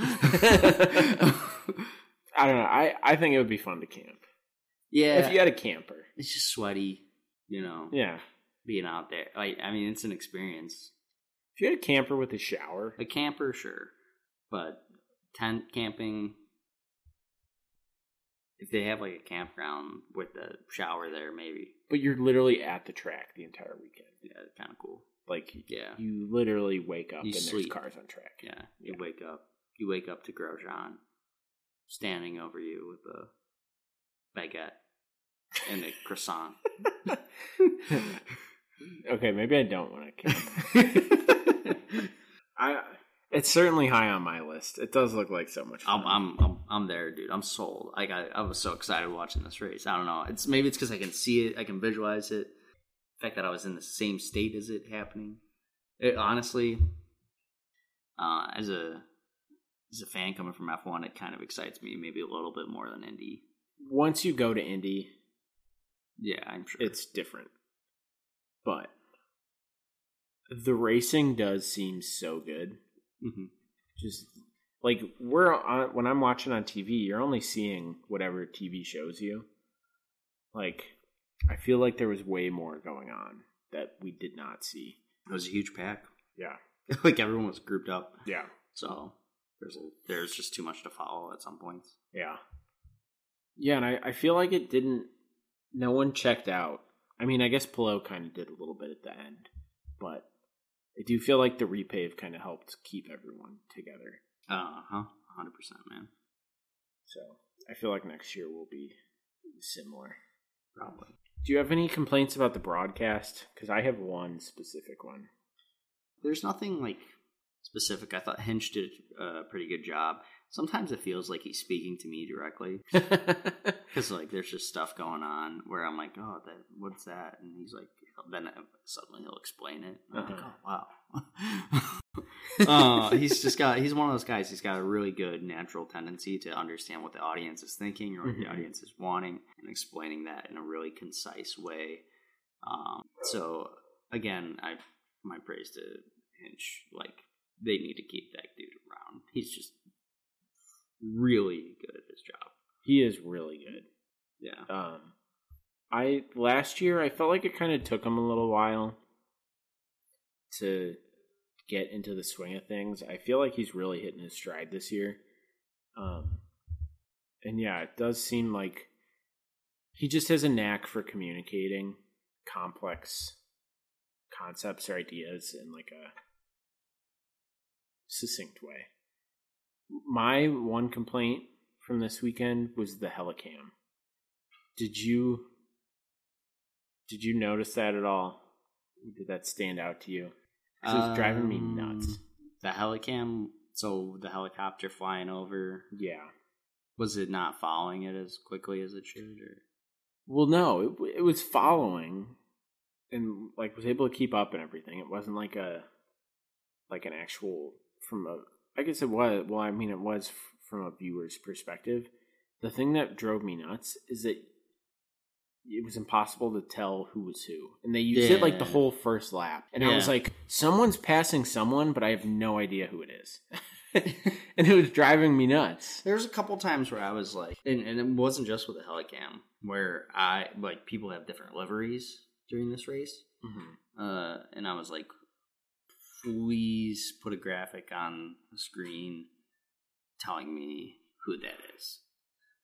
<laughs> hotel. <laughs> I don't know. I I think it would be fun to camp. yeah, If you had a camper. it's just sweaty, you know, Yeah. being out there. Like I mean, it's an experience. If you had a camper with a shower, A camper, sure, but tent camping. If they have like a campground with a shower there, maybe but you're literally at the track the entire weekend. yeah, kind of cool. Like Yeah. you literally wake up You and sleep. there's cars on track. Yeah, you wake up. You wake up to Grosjean standing over you with a baguette and a <laughs> croissant. <laughs> <laughs> okay, maybe <laughs> I don't want to camp. I It's certainly high on my list. It does look like so much fun. I'm, I'm, I'm, I'm there, dude. I'm sold. Like I, I was so excited watching this race. I don't know. It's maybe it's because I can see it, I can visualize it. The fact that I was in the same state as it happening. It honestly, uh, as a as a fan coming from F1, it kind of excites me maybe a little bit more than Indy. Once you go to Indy, Yeah, I'm sure it's different. But the racing does seem so good. Mhm. Just like we're on, when I'm watching on TV, you're only seeing whatever TV shows you. Like I feel like there was way more going on that we did not see. it was a huge pack. Yeah. <laughs> like everyone was grouped up, Yeah. so there's a, there's just too much to follow at some points. Yeah. Yeah, and I, I feel like it didn't. No one checked out. I mean, I guess Pillow kind of did a little bit at the end, but I do feel like the repave kind of helped keep everyone together. Uh huh, hundred percent, man. So I feel like next year will be similar. Probably. Do you have any complaints about the broadcast? Because I have one specific one. there's nothing like specific. I thought Hinch did a pretty good job. Sometimes it feels like he's speaking to me directly because like there's just stuff going on where I'm like, oh, that what's that? And he's like, then suddenly he'll explain it. And I'm like, Uh-huh. oh wow. uh, he's just got he's one of those guys he's got a really good natural tendency to understand what the audience is thinking or what the Mhm. audience is wanting and explaining that in a really concise way um, so again i my praise to hinch like they need to keep that dude around he's just really good at his job He is really good. yeah Um, I last year I felt like it kind of took him a little while to get into the swing of things. I feel like he's really hitting his stride this year. Um, and yeah, it does seem like he just has a knack for communicating complex concepts or ideas in like a succinct way. My one complaint from this weekend was the helicam did you did you notice that at all did that stand out to you 'Cause it's driving me nuts Um, the helicam so the helicopter flying over yeah was it not following it as quickly as it should or well no it, w- it was following and like was able to keep up and everything it wasn't like a like an actual from a i guess it was well i mean it was f- from a viewer's perspective the thing that drove me nuts is that it was impossible to tell who was who and they used it like the Yeah. whole first lap and i was Yeah. like someone's passing someone but i have no idea who it is <laughs> and it was driving me <laughs> nuts There was a couple times where I was like, and, and it wasn't just with the helicam, where I like people have different liveries during this race, Mm-hmm. uh, and I was like, please put a graphic on the screen telling me who that is,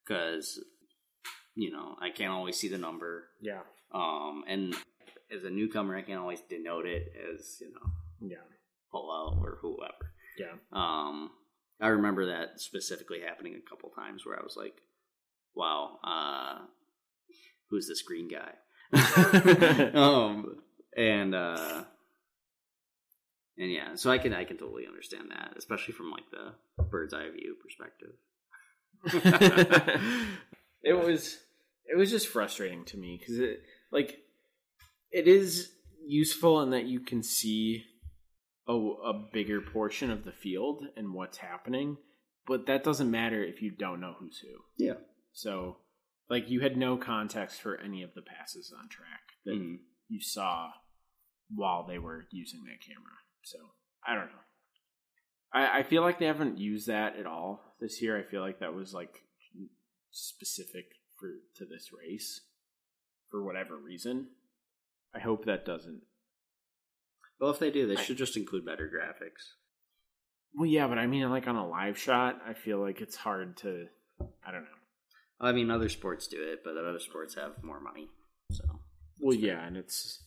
because you know I can't always see the number, yeah um, and as a newcomer I can't always denote it as you know yeah Polo or whoever. yeah Um, I remember that specifically happening a couple times where I was like, "Wow, uh, who's this green guy?" <laughs> um, and uh, and yeah, so I can I can totally understand that, especially from like the bird's eye view perspective. <laughs> it was it was just frustrating to me because it like it is useful in that you can see a, a bigger portion of the field and what's happening but that doesn't matter if you don't know who's who Yeah. so like you had no context for any of the passes on track that Mhm. you saw while they were using that camera so i don't know I, I feel like they haven't used that at all this year. I feel like that was like specific for to this race for whatever reason. I hope that doesn't. Well, if they do, they should just include better graphics. Well, yeah, but I mean, like on a live shot, I feel like it's hard to. I don't know. I mean, other sports do it, but other sports have more money, so Well, yeah, and it's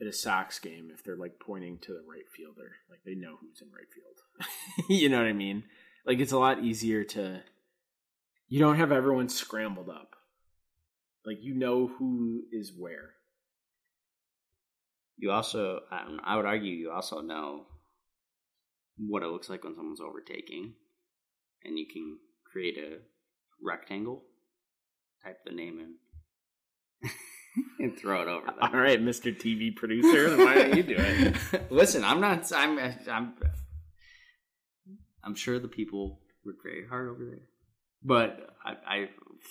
at a Sox game if they're like pointing to the right fielder, like they know who's in right field. <laughs> you know what I mean? Like it's a lot easier to. You don't have everyone scrambled up. Like you know who is where. <laughs> you also I, don't know, I would argue you also know what it looks like when someone's overtaking, and you can create a rectangle, type the name in, <laughs> and throw it over. Them. All right, Mr. TV producer, then why don't you do <laughs> it? <laughs> Listen, I'm not. I'm. I'm. I'm sure the people work very hard over there, but I, I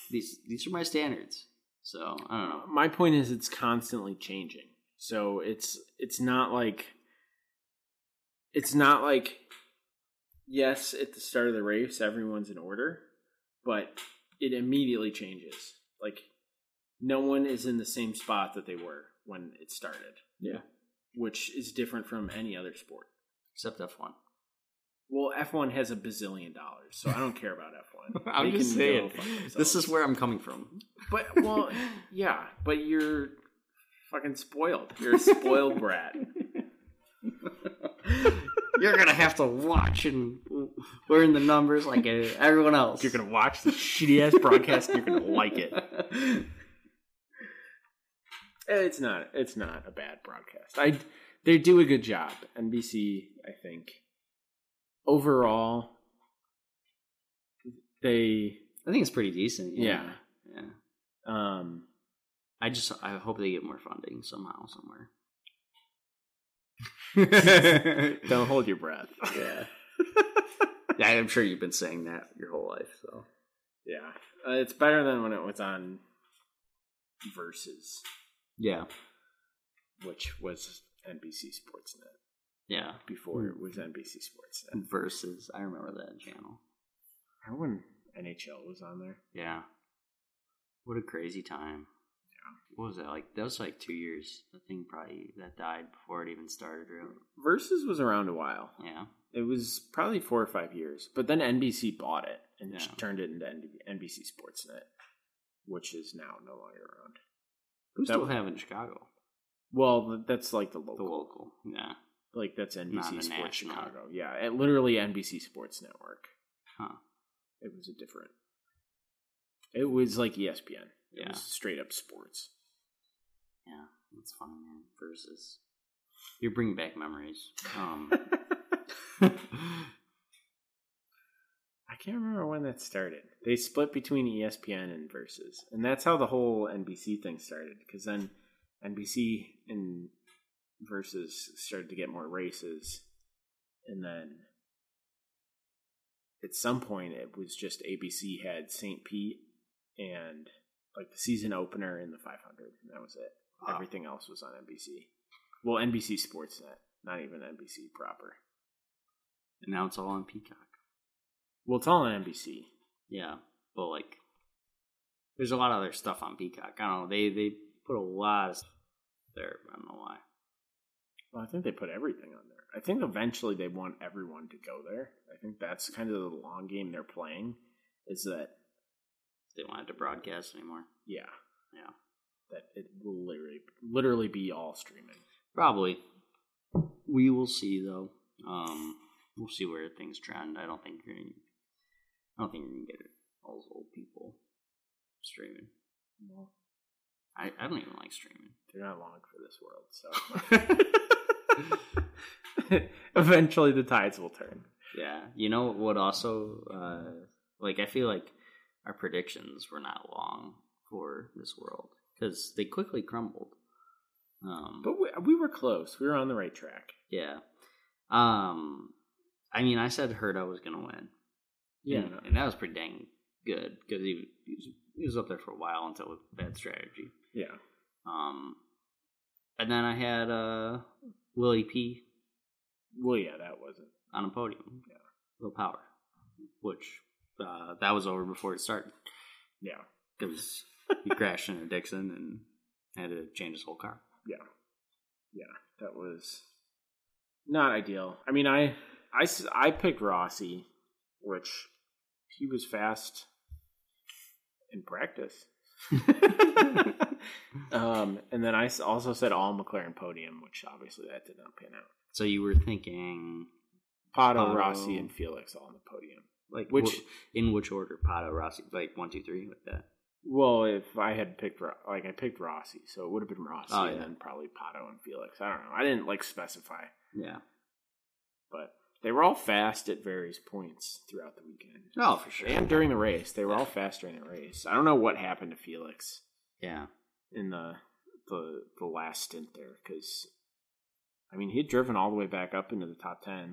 these these are my standards. So I don't know. Oh My point is, it's constantly changing. So it's it's not like it's not like yes, at the start of the race, everyone's in order, but it immediately changes. Like no one is in the same spot that they were when it started. Yeah. which is different from any other sport. Except F one. Well, F1 has a bazillion dollars, so I don't care about F1. <laughs> I'm They just can go saying. fuck themselves. This is where I'm coming from. But well, yeah, but you're fucking spoiled. You're a <laughs> spoiled brat. You're gonna have to watch and learn the numbers like e-, everyone else. You're <laughs> gonna watch the shitty ass broadcast. and You're gonna like it. It's not. It's not a bad broadcast. I they do a good job. NBC, I think. Overall, they I think it's pretty decent. yeah. Yeah. Um, I just I hope they get more funding somehow somewhere. <laughs> don't hold your breath. Yeah. yeah, I'm sure you've been saying that your whole life. So Yeah, uh, it's better than when it was on Versus, yeah, which was NBC Sportsnet yeah. before Hmm. it was NBC Sportsnet. Versus, I remember that channel. I remember when NHL was on there. Yeah. What a crazy time. What was that like? That was like two years. The thing probably that died before it even started. Really. Versus was around a while. Yeah. It was probably four or five years, but then NBC bought it and Yeah. turned it into NB- NBC Sportsnet, which is now no longer around. Who That still was- have in Chicago? Well, th- that's like the The local, local. Yeah. like that's NBC the Sports national. Chicago. Yeah, it literally NBC Sports Network. Huh. It was a different. It was like E ESPN. It Yeah. was straight up <laughs> sports. Yeah. That's funny, man. Versus. You're bringing back memories. Um, I can't remember when that started. They split between E ESPN and Versus, and that's how the whole NBC thing started. Because then NBC and Versus started to get more races, and then at some point it was just ABC had St. Pete and like the season opener in the 500, and that was it. Wow. Everything else was on NBC. Well, NBC Sportsnet, not even NBC proper. and now it's all on Peacock. Well, it's all on NBC. Yeah, but like, there's a lot of other stuff on Peacock. I don't know. They they put a lot of stuff there. I don't know why. Well, I think they put everything on there. I think eventually they want everyone to go there. I think that's kind of the long game they're playing. Is that They don't wanted to broadcast anymore. yeah, Yeah, that it will literally literally be all streaming. probably. We will see though. Um, we'll see where things trend. I don't think you're. Gonna, I don't think you can get all those old people streaming. I, I don't even like streaming. <laughs> They're not long for this world, so eventually the tides will turn. Yeah, you know what? Also, uh, like I feel like our predictions were not long for this world because they quickly crumbled. Um, But we, we were close. We were on the right track. yeah, um, I mean, I said Herda was gonna win. and, and that was pretty dang good because he, he was he was up there for a while until with bad strategy. yeah. Um, and then I had uh Willie P Well, yeah, that wasn't. on a podium, yeah. low power, which uh, that was over before it started. Yeah, because he crashed into Dixon and had to change his whole car. yeah yeah that was not ideal i mean i i s- I picked rossi which he was fast in <laughs> practice um and then i s- also said all mclaren podium which obviously that did not pan out So you were thinking, Pato, Pato. rossi and felix all on the podium like, Which- which in which order? Pato, Rossi, like one, two, three, like that. well if i had picked Ro- like i picked rossi so it would have been rossi Oh, and yeah. then probably Pato and felix i don't know i didn't like specify Yeah, but They were all fast at various points throughout the weekend. Oh, for sure. And during the race, they were all fast during the race. I don't know what happened to Felix yeah. in the the the last stint there because I mean he had driven all the way back up into the top ten.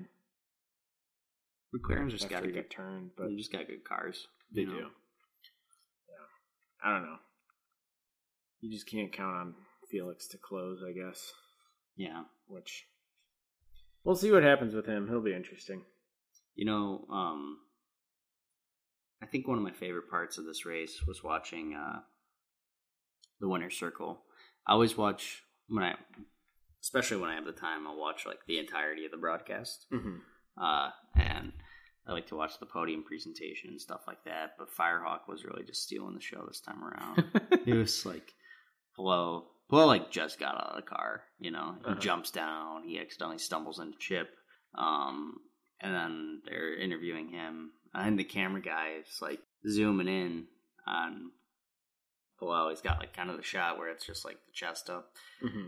McLaren's just got after good. that turn, but They just got good cars. they you know? do. Yeah, I don't know. You just can't count on Felix to close, I guess. Yeah. Which we'll see what happens with him. He'll be interesting. You know, um, I think one of my favorite parts of this race was watching uh, the winner's circle. I always watch when I, especially when I have the time, I'll watch like the entirety of the broadcast, Mm-hmm. uh, and I like to watch the podium presentation and stuff like that. But Firehawk was really just stealing the show this time around. he was like, "Hello." Well, like just got out of the car, you know. He Uh-huh. jumps down. He accidentally stumbles into Chip. Um, and then they're interviewing him, and the camera guy is like zooming in on below. He's got like kind of the shot where it's just like the chest up, hmm Mm-hmm.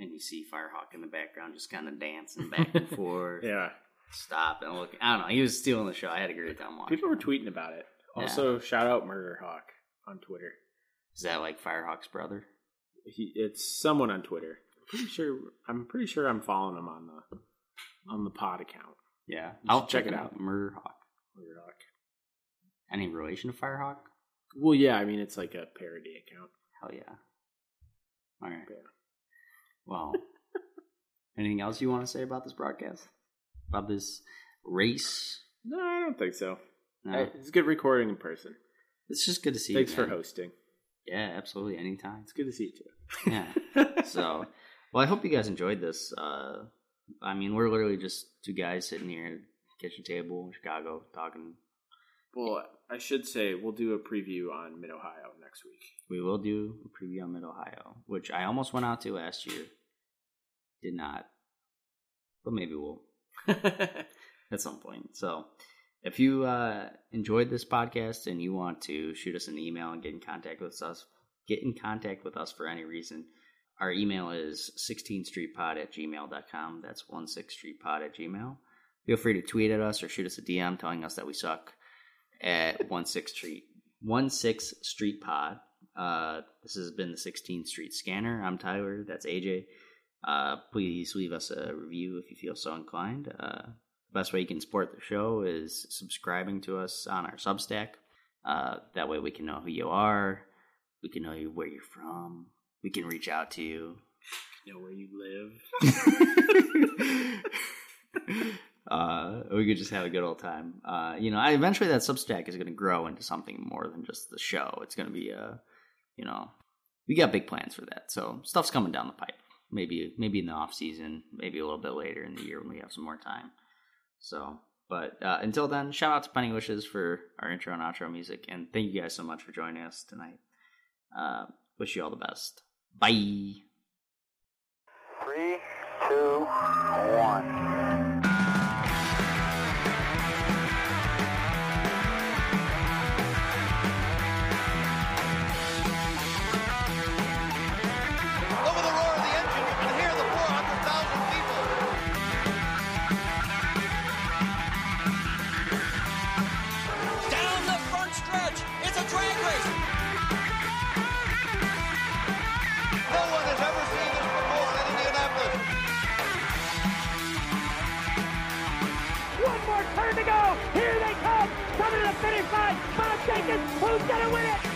and you see Firehawk in the background just kind of dancing back and forth. Yeah, Stop and look. I don't know. He was stealing the show. I had a great time watching. people were tweeting about it. Yeah. Also, shout out Murder Hawk on Twitter. Is that like Firehawk's brother? He, it's someone on Twitter. Pretty sure I'm pretty sure I'm following him on the on the pod account. Yeah, You I'll should check check it it out. Murderhawk. Murder Hawk. Any relation to Firehawk? Well, yeah, I mean it's like a parody account. Hell yeah. All right. Yeah. Well, <laughs> anything else you want to say about this broadcast? About this race? No, I don't think so. No. Uh, It's good recording in person. It's just good to see Thanks you. for man. hosting. Yeah, absolutely. Anytime. It's good to see you Yeah. <laughs> too. so, well, I hope you guys enjoyed this. Uh, I mean, we're literally just two guys sitting here at the kitchen table in Chicago talking. well, I should say we'll do a preview on Mid Ohio next week. We will do a preview on Mid Ohio, which I almost went out to last year. Did not. But maybe we'll. at some point. So if you uh, enjoyed this podcast and you want to shoot us an email and get in contact with us, get in contact with us for any reason. Our email is 16streetpod at gmail.com. That's 16streetpod at gmail. Feel free to tweet at us or shoot us a DM telling us that we suck at 16 Street. 16 Street Pod. Uh, this has been the 16th Street Scanner. I'm Tyler. That's AJ. Uh, please leave us a review if you feel so inclined. Uh, best way you can support the show is subscribing to us on our Substack. Uh, that way we can know who you are, we can know you where you're from, we can reach out to you. Know where you live. <laughs> <laughs> uh, we could just have a good old time. Uh, you know, I, eventually that Substack is going to grow into something more than just the show. It's going to be a, you know, we got big plans for that. So stuff's coming down the pipe. Maybe maybe in the off season, maybe a little bit later in the year when we have some more time. So, but uh, until then, shout out to Penny Wishes for our intro and outro music, and thank you guys so much for joining us tonight. Uh, wish you all the best. Bye. Three, two, one. Over the roar of the engine, you can hear the 400,000 people. Down the front stretch, it's a drag race. No one has ever seen this before in Indianapolis. One more turn to go. Here they come. Coming to the finish line. Bob Jenkins. Who's going to win it?